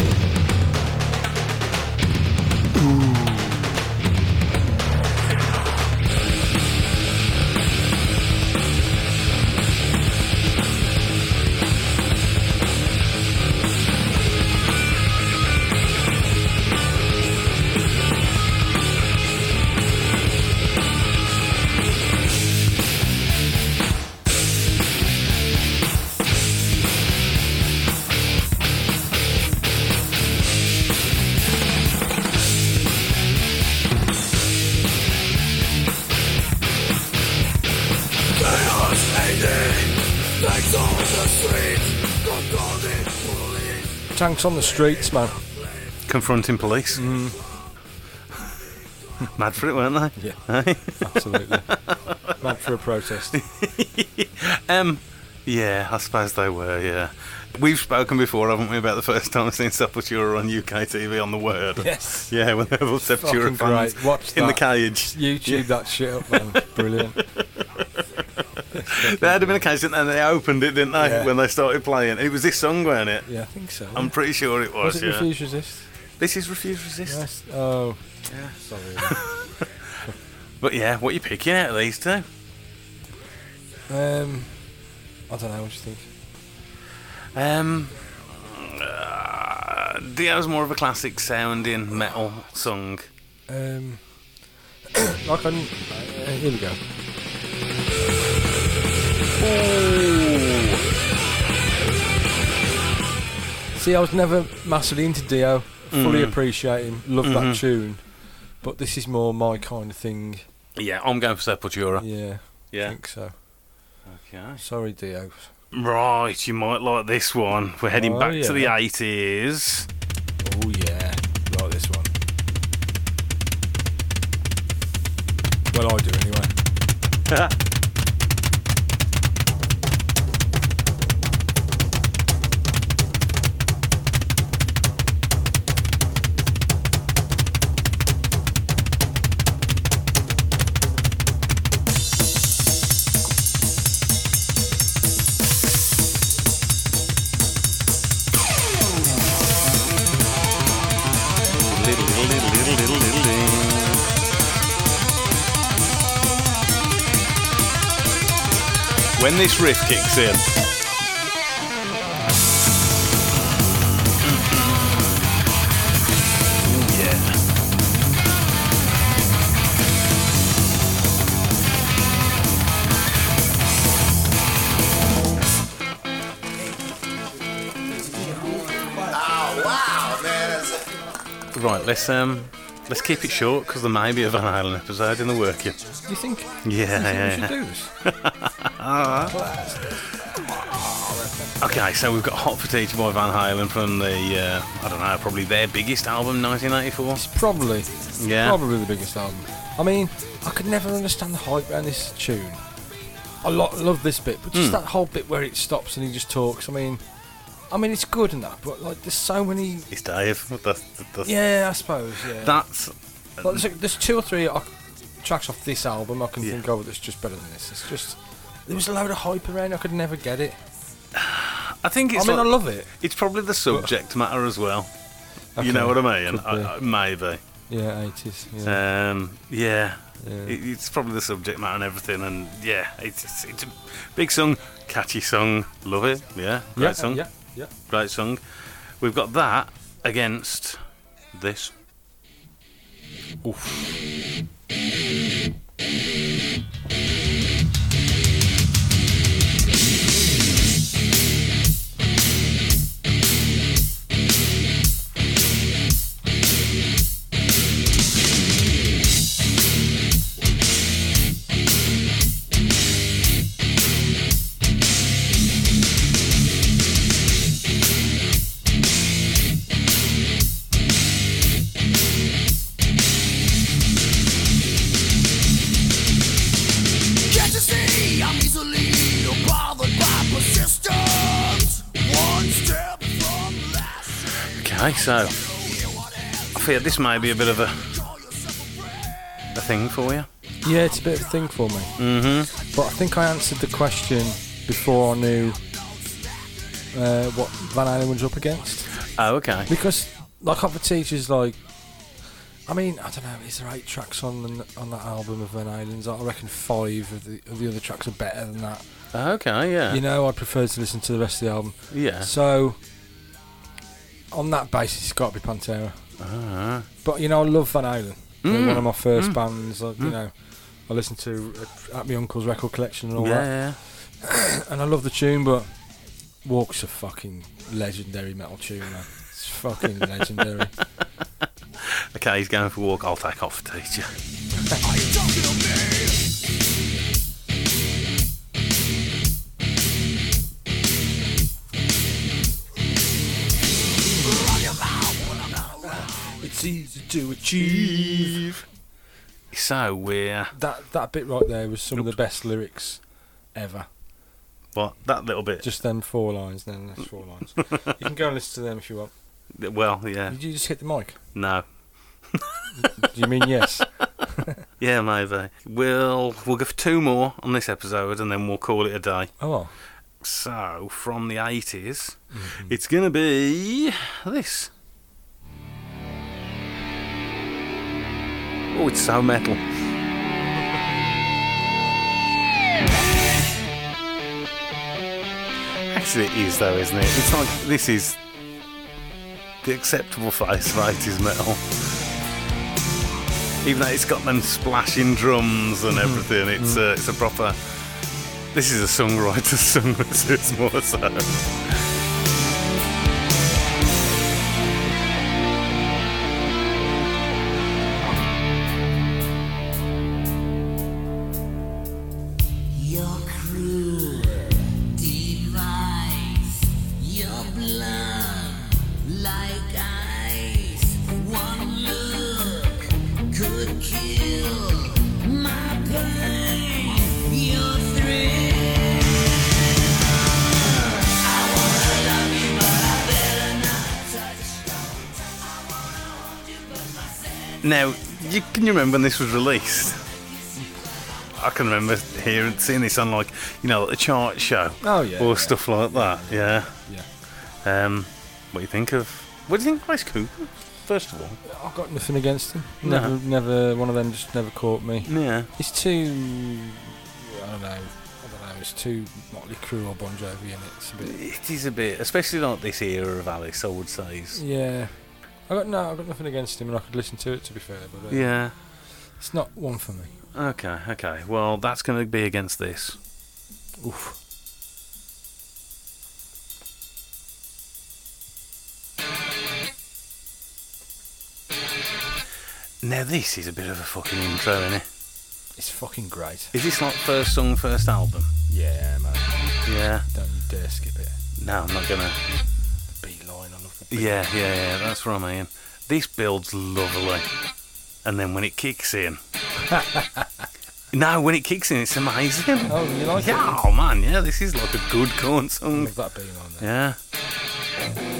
C: Tanks on the streets, man.
B: Confronting police.
C: Mm.
B: Mad for it, weren't they?
C: Yeah, absolutely. Mad for a protest.
B: Um, yeah, I suppose they were, yeah. We've spoken before, haven't we, about the first time I've seen Sepultura on UK TV on the Word.
C: Yes.
B: Yeah, when they were all Sepultura
C: Fucking
B: fans
C: great. Watch
B: in the
C: that.
B: cage.
C: YouTube that shit up, man. Brilliant.
B: They had him in a cage, didn't they? And they opened it, didn't they,
C: Yeah.
B: when they started playing? It was this song, weren't it?
C: Yeah, I think so.
B: I'm pretty sure it was,
C: was it
B: yeah.
C: Refuse Resist?
B: This is Refuse Resist.
C: Yes. Oh. Sorry.
B: But yeah, what are you picking out of these two?
C: um, I don't know. What do you think?
B: Um, uh, Dio's more of a classic sounding metal song.
C: Um, like on. Uh, here we go. Oh. See, I was never massively into Dio.
B: Mm.
C: Fully appreciate him. Love
B: Mm-hmm.
C: that tune. But this is more my kind of thing.
B: Yeah, I'm going for Sepultura.
C: Yeah, I
B: Yeah.
C: think so.
B: Okay.
C: Sorry, Dio.
B: Right, you might like this one. We're heading
C: Oh,
B: back to the
C: yeah.
B: 80s.
C: Oh yeah, like this one. Well, I do anyway.
B: When this riff kicks in.
A: Wow, man, that's
B: Right, let's um, let's keep it short because there may be a Van Halen episode in the working.
C: Do you think?
B: Yeah,
C: We
B: yeah,
C: should
B: yeah.
C: do this.
B: Okay, so we've got Hot Potato by Van Halen from the uh, I don't know, probably their biggest album, 1984.
C: It's probably,
B: Yeah.
C: probably the biggest album. I mean, I could never understand the hype around this tune.
B: Hmm.
C: I lo- love this bit, but just that whole bit where it stops and he just talks. I mean, I mean, it's good enough, but like, there's so many.
B: It's Dave. That's, that's,
C: Yeah, I suppose. Yeah.
B: that's
C: Like, there's, like, there's two or three uh, tracks off this album I can
B: Yeah.
C: think of that's just better than this. It's just there was a load of hype around. I could never get it.
B: I think it's.
C: I mean,
B: like-
C: I love it.
B: It's probably the subject matter as well.
C: Okay.
B: You know what I mean?
C: Could be.
B: I, I, maybe.
C: yeah, eighties. Yeah.
B: Um, yeah.
C: Yeah.
B: It, it's probably the subject matter and everything, and yeah, it's, it's it's a big song, catchy song, love it. Yeah, great
C: yeah,
B: song,
C: Yeah, yeah.
B: great song. We've got that against this.
D: Can't you see I'm easily bothered by persistence? One step from last
B: Okay, so I fear this may be a bit of a a thing for you.
C: Yeah, it's a bit of a thing for me. Mm-hmm. But I think I answered the question before I knew uh, what Van Halen was up against.
B: Oh, okay.
C: Because, like, Hot for Teachers, like, I mean, I don't know, is there eight tracks on the, on that album of Van Halen's? I reckon five of the, of the other tracks are better than that.
B: Oh, Okay, yeah,
C: You know, I'd prefer to listen to the rest of the album.
B: yeah.
C: So, on that basis, it's got to be Pantera.
B: Ah,
C: But you know, I love Van Halen. They're one of my first bands. Like, You know, I listened to uh, at my uncle's record collection and all
B: yeah,
C: that, and I love the tune. But Walk's a fucking legendary metal tune, man. It's fucking legendary.
B: Okay, he's going for a walk. I'll take off, teacher.
C: it's easy to achieve.
B: So we're
C: That that bit right there was some of the best lyrics ever.
B: what that little bit.
C: Just them four lines, and then the next four lines. you can go and listen to them if you want.
B: well, yeah,
C: Did you just hit the mic?
B: no,
C: Do you mean yes?
B: yeah, maybe. We'll we'll give two more on this episode, and then we'll call it a day.
C: Oh, well.
B: So from the 80s it's gonna be this. Oh, it's so metal. Actually, it is though, isn't it? It's like this is the acceptable face of 80s metal. Even though it's got them splashing drums and everything, it's uh, it's a proper. This is a songwriter's song. This is more so.
L: Your cruel device, your blood like ice. One look could kill my pain. Your thrill.
B: Now, you, can you remember when this was released? I can remember hearing, seeing this on like, you know, a chart show.
C: Oh, yeah,
B: Or
C: yeah.
B: stuff like that. Yeah.
C: Yeah.
B: Um, what do you think of? What do you think of Ice Cooper? First of all.
C: I've got nothing against them.
B: No.
C: Never, never one of them just never caught me.
B: Yeah.
C: It's too. I don't know. I don't know. It's too Motley Crue or Bon Jovi, and it's a bit.
B: It is a bit, especially like this era of Alice. I would say. Is,
C: Yeah. I got no. I've got nothing against him, and I could listen to it. To be fair, but uh,
B: yeah.
C: it's not one for me.
B: Okay. Okay. Well, that's going to be against this.
C: Oof.
B: Now, this is a bit of a fucking intro, isn't it?
C: It's fucking great.
B: Is this like first song, first album?
C: Yeah, man.
B: Yeah.
C: Don't you dare skip it.
B: No, I'm not gonna.
C: The B line. I love the B.
B: Yeah, yeah, yeah, that's what I mean. This build's lovely. And then when it kicks in. no, when it kicks in, it's amazing.
C: Oh, you like it?
B: Yeah, oh man, yeah, this is like a good corn
C: I
B: song.
C: love that B line. There.
B: Yeah.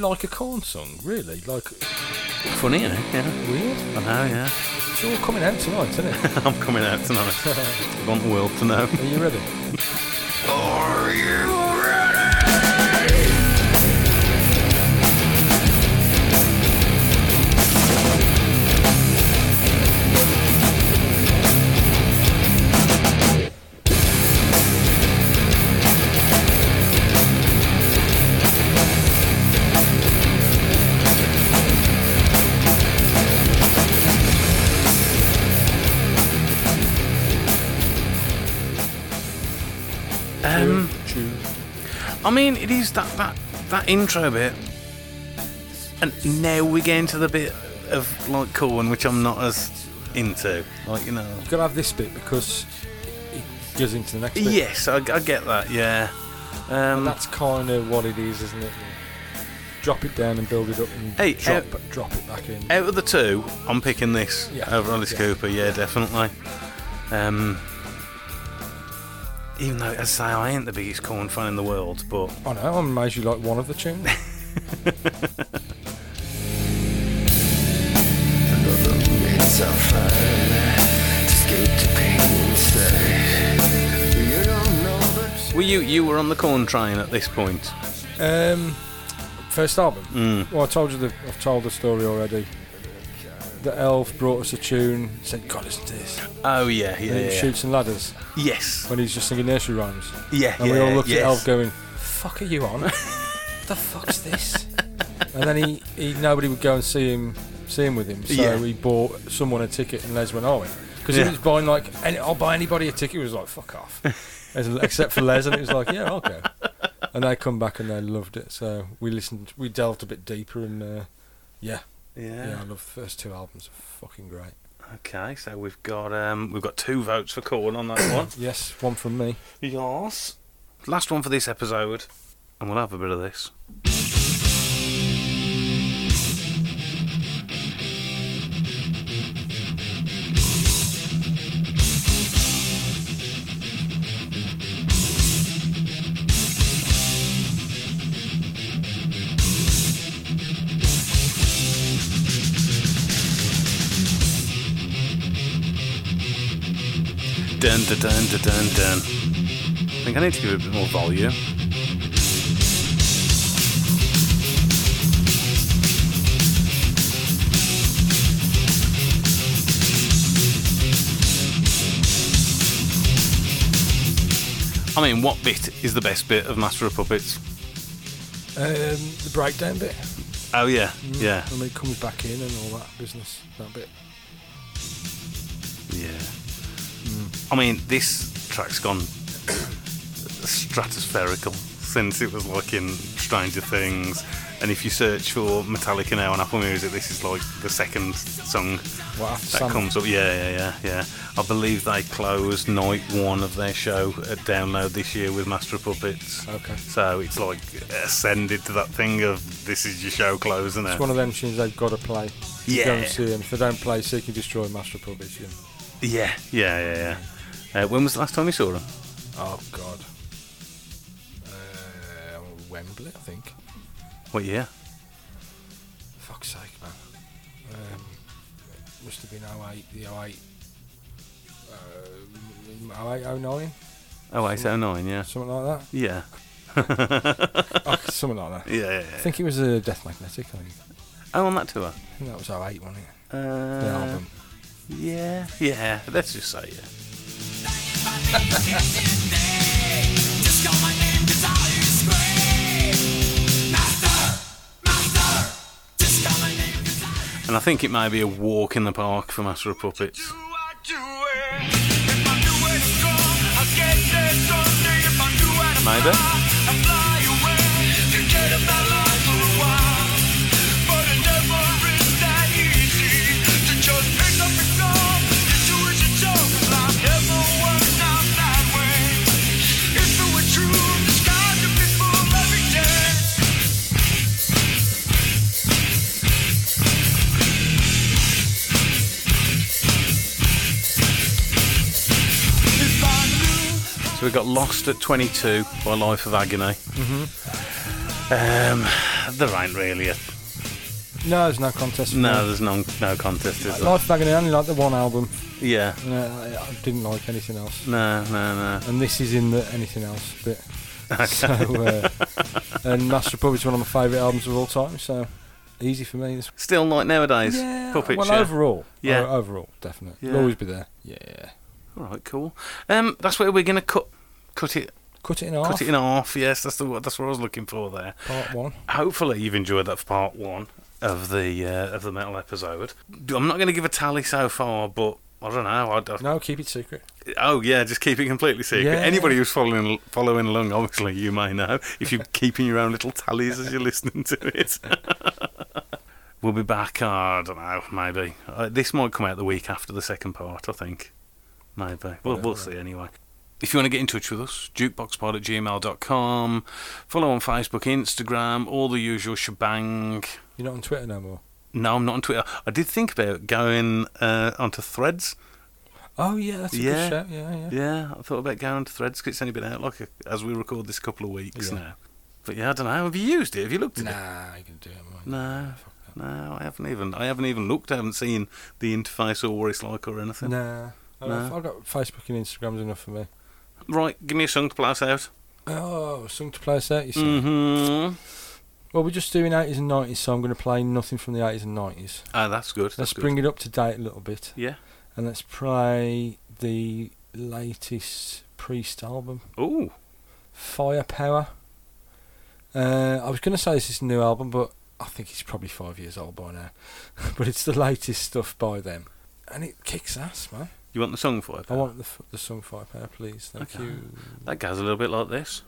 C: like a corn song, really. Like,
B: Funny, isn't it? Yeah.
C: weird.
B: I know, yeah.
C: It's all coming out tonight, isn't it?
B: I'm coming out tonight. I want the world to know.
C: Are you ready?
B: Um,
C: Chew.
B: I mean, it is that, that, that intro bit. And now we get into the bit of like corn, which I'm not as into. Like, you know.
C: Gotta have this bit because it goes into the next bit.
B: Yes, I, I get that, yeah.
C: And
B: Um,
C: that's kind of what it is, isn't it? Drop it down and build it up and
B: Hey, uh,
C: drop, drop it back in.
B: out of the two, I'm picking this
C: Yeah.
B: over Alice
C: Yeah.
B: Cooper. Yeah, definitely. Um, even though, as I say, I ain't the biggest corn fan in the world, but
C: I know, I'm amazed you like one of the tunes.
F: It's all fun to skate to pain inside. You don't know that
B: were you you were on the corn train at this point?
C: Um, first album.
B: Mm.
C: Well, I told you the I've told the story already. The elf brought us a tune. Said, "God, listen to this."
B: Oh yeah, yeah,
C: And it
B: yeah.
C: Shoots and ladders
B: yes,
C: when he's just singing nursery rhymes.
B: yeah,
C: And
B: yeah,
C: we all looked
B: yes.
C: at elf, going, "Fuck are you on? the fuck's this?" and then he, he nobody would go and see him see him with him. So
B: Yeah.
C: he bought someone a ticket, and Les went, "Oh." Because
B: Yeah.
C: he was buying like, any, I'll buy anybody a ticket. He was like, fuck off. As- Except for Les, and it was like, yeah, I'll go. and they come back and they loved it. So we listened, we delved a bit deeper, and uh, yeah, yeah, I
B: Yeah.
C: love the first two albums. Are fucking great.
B: Okay, so we've got um we've got two votes for corn on that one.
C: Yes, one from me.
B: Yes. Last one for this episode, and we'll have a bit of this. Dun dun dun dun dun dun. I think I need to give it a bit more volume. I mean, what bit is the best bit of Master of Puppets?
C: Um, the breakdown bit.
B: Oh yeah, yeah,
C: I mean, it comes back in and all that business. That bit.
B: yeah. Mm. I mean, this track's gone stratospherical since it was like in Stranger Things, and if you search for Metallica now on Apple Music, this is like the second song
C: What after
B: that
C: Sandman?
B: comes up. Yeah, yeah, yeah, yeah. I believe they closed night one of their show at Download this year with Master of Puppets.
C: Okay.
B: So it's like ascended to that thing of this is your show closing
C: It's
B: it.
C: one of them tunes they've got to play. You Go and
B: Yeah.
C: see them. If they don't play Seek and Destroy Master of Puppets, you
B: Yeah, yeah, yeah, yeah. Uh, when was the last time you saw them?
C: Oh, God. Uh, Wembley, I think.
B: What year?
C: Fuck's sake, man. Um, it must have been 08, the 08, uh, 08, 09,
B: Oh, eight, oh nine. Yeah,
C: something like
B: yeah,
C: that. oh, something like that.
B: yeah, yeah.
C: I
B: yeah.
C: think it was uh, Death Magnetic, I think.
B: Oh, on that tour.
C: I think that was 08, wasn't it?
B: Uh,
C: The album.
B: Yeah, yeah. Let's just say yeah. And I think it might be a walk in the park for Master of Puppets. Maybe. So we got Lost at 22 by Life of Agony. Mm-hmm. Um, There ain't really a.
C: No, there's no contest. for
B: No,
C: me.
B: there's no, no contest, is there?
C: Life Agony, I only like the one album.
B: Yeah.
C: No, I, I didn't like anything else.
B: No, no, no.
C: And this is in the anything else bit. so, uh, and Master of Puppets is one of my favourite albums of all time, so easy for me. This
B: Still like nowadays.
C: yeah,
B: Puppet
C: well,
B: show.
C: overall,
B: Yeah.
C: o- overall, definitely,
B: Yeah.
C: It'll always be there. Yeah,
B: All right, cool. Um, that's where we're gonna cut, cut it,
C: cut it in half.
B: cut it in half. Yes, that's the what- that's what I was looking for there.
C: Part one.
B: Hopefully, you've enjoyed that part one of the uh, of the metal episode. D- I'm not gonna give a tally so far, but. I don't know. I'd, I'd-
C: No, keep it secret.
B: Oh yeah, just keep it completely secret.
C: Yeah.
B: Anybody who's following following along, obviously you may know if you're keeping your own little tallies as you're listening to it. we'll be back. uh, I don't know. Maybe uh, this might come out the week after the second part. I think. Maybe. Well, we'll see anyway. If you want to get in touch with us, jukeboxpod at gmail.com. Follow on Facebook, Instagram, all the usual shebang.
C: You're not on Twitter no more.
B: No, I'm not on Twitter. I did think about going uh, onto Threads.
C: Oh yeah, that's a
B: Yeah.
C: good shout. Yeah, yeah.
B: Yeah, I thought about going onto Threads 'cause it's only been out like a, as we record this a couple of weeks
C: Yeah.
B: now. But yeah, I don't know. Have you used it? Have you looked at it?
C: Nah, you can do it. mate.
B: No, no, I haven't even. I haven't even looked. I haven't seen the interface or what it's like or anything.
C: Nah. I've-
B: No.
C: I've got Facebook and Instagram's enough for me.
B: Right, give me a song to play us out.
C: Oh, song to play us out, you see.
B: Mm-hmm.
C: Well, we're just doing 80s and 90s, so I'm going to play nothing from the 80s and 90s.
B: Ah, that's good. That's
C: Let's
B: good.
C: bring it up to date a little bit.
B: Yeah.
C: And let's play the latest Priest album,
B: Ooh.
C: Firepower. Uh, I was going to say this is a new album, but I think it's probably five years old by now. but it's the latest stuff by them. And it kicks ass, man.
B: You want the song for it?
C: I want the, f- the song Firepower, please. Thank
B: Okay.
C: you.
B: That goes a little bit like this.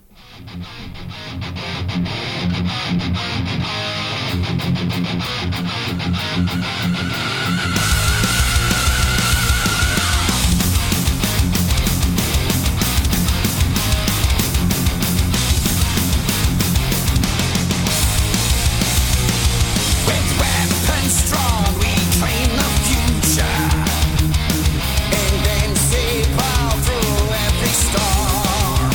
L: With weapons strong, we train the future. Invincible through every storm.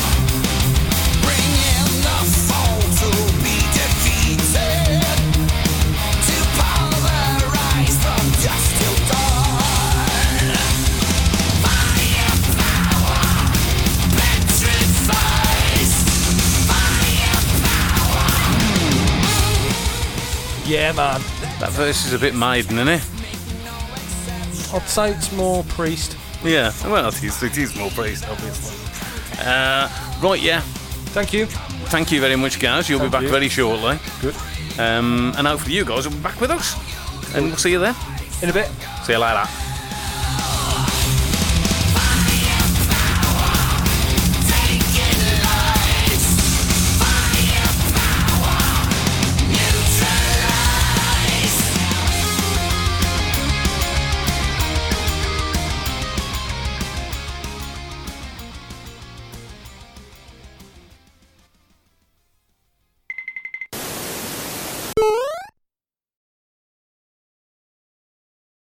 L: Bring in the foe to be defeated. To polarize from dusk till dawn. Firepower petrifies.
C: Yeah, man.
B: That verse is a bit maiden, isn't it?
C: I'd say it's more Priest.
B: Yeah. Well, it is, it is more praised, obviously. Uh, right, yeah.
C: Thank you.
B: Thank you very much, guys. You'll be
C: Thank
B: back
C: you.
B: very shortly.
C: Good.
B: Um, and hopefully you guys will be back with us. And we'll see you there.
C: In a bit.
B: See you later.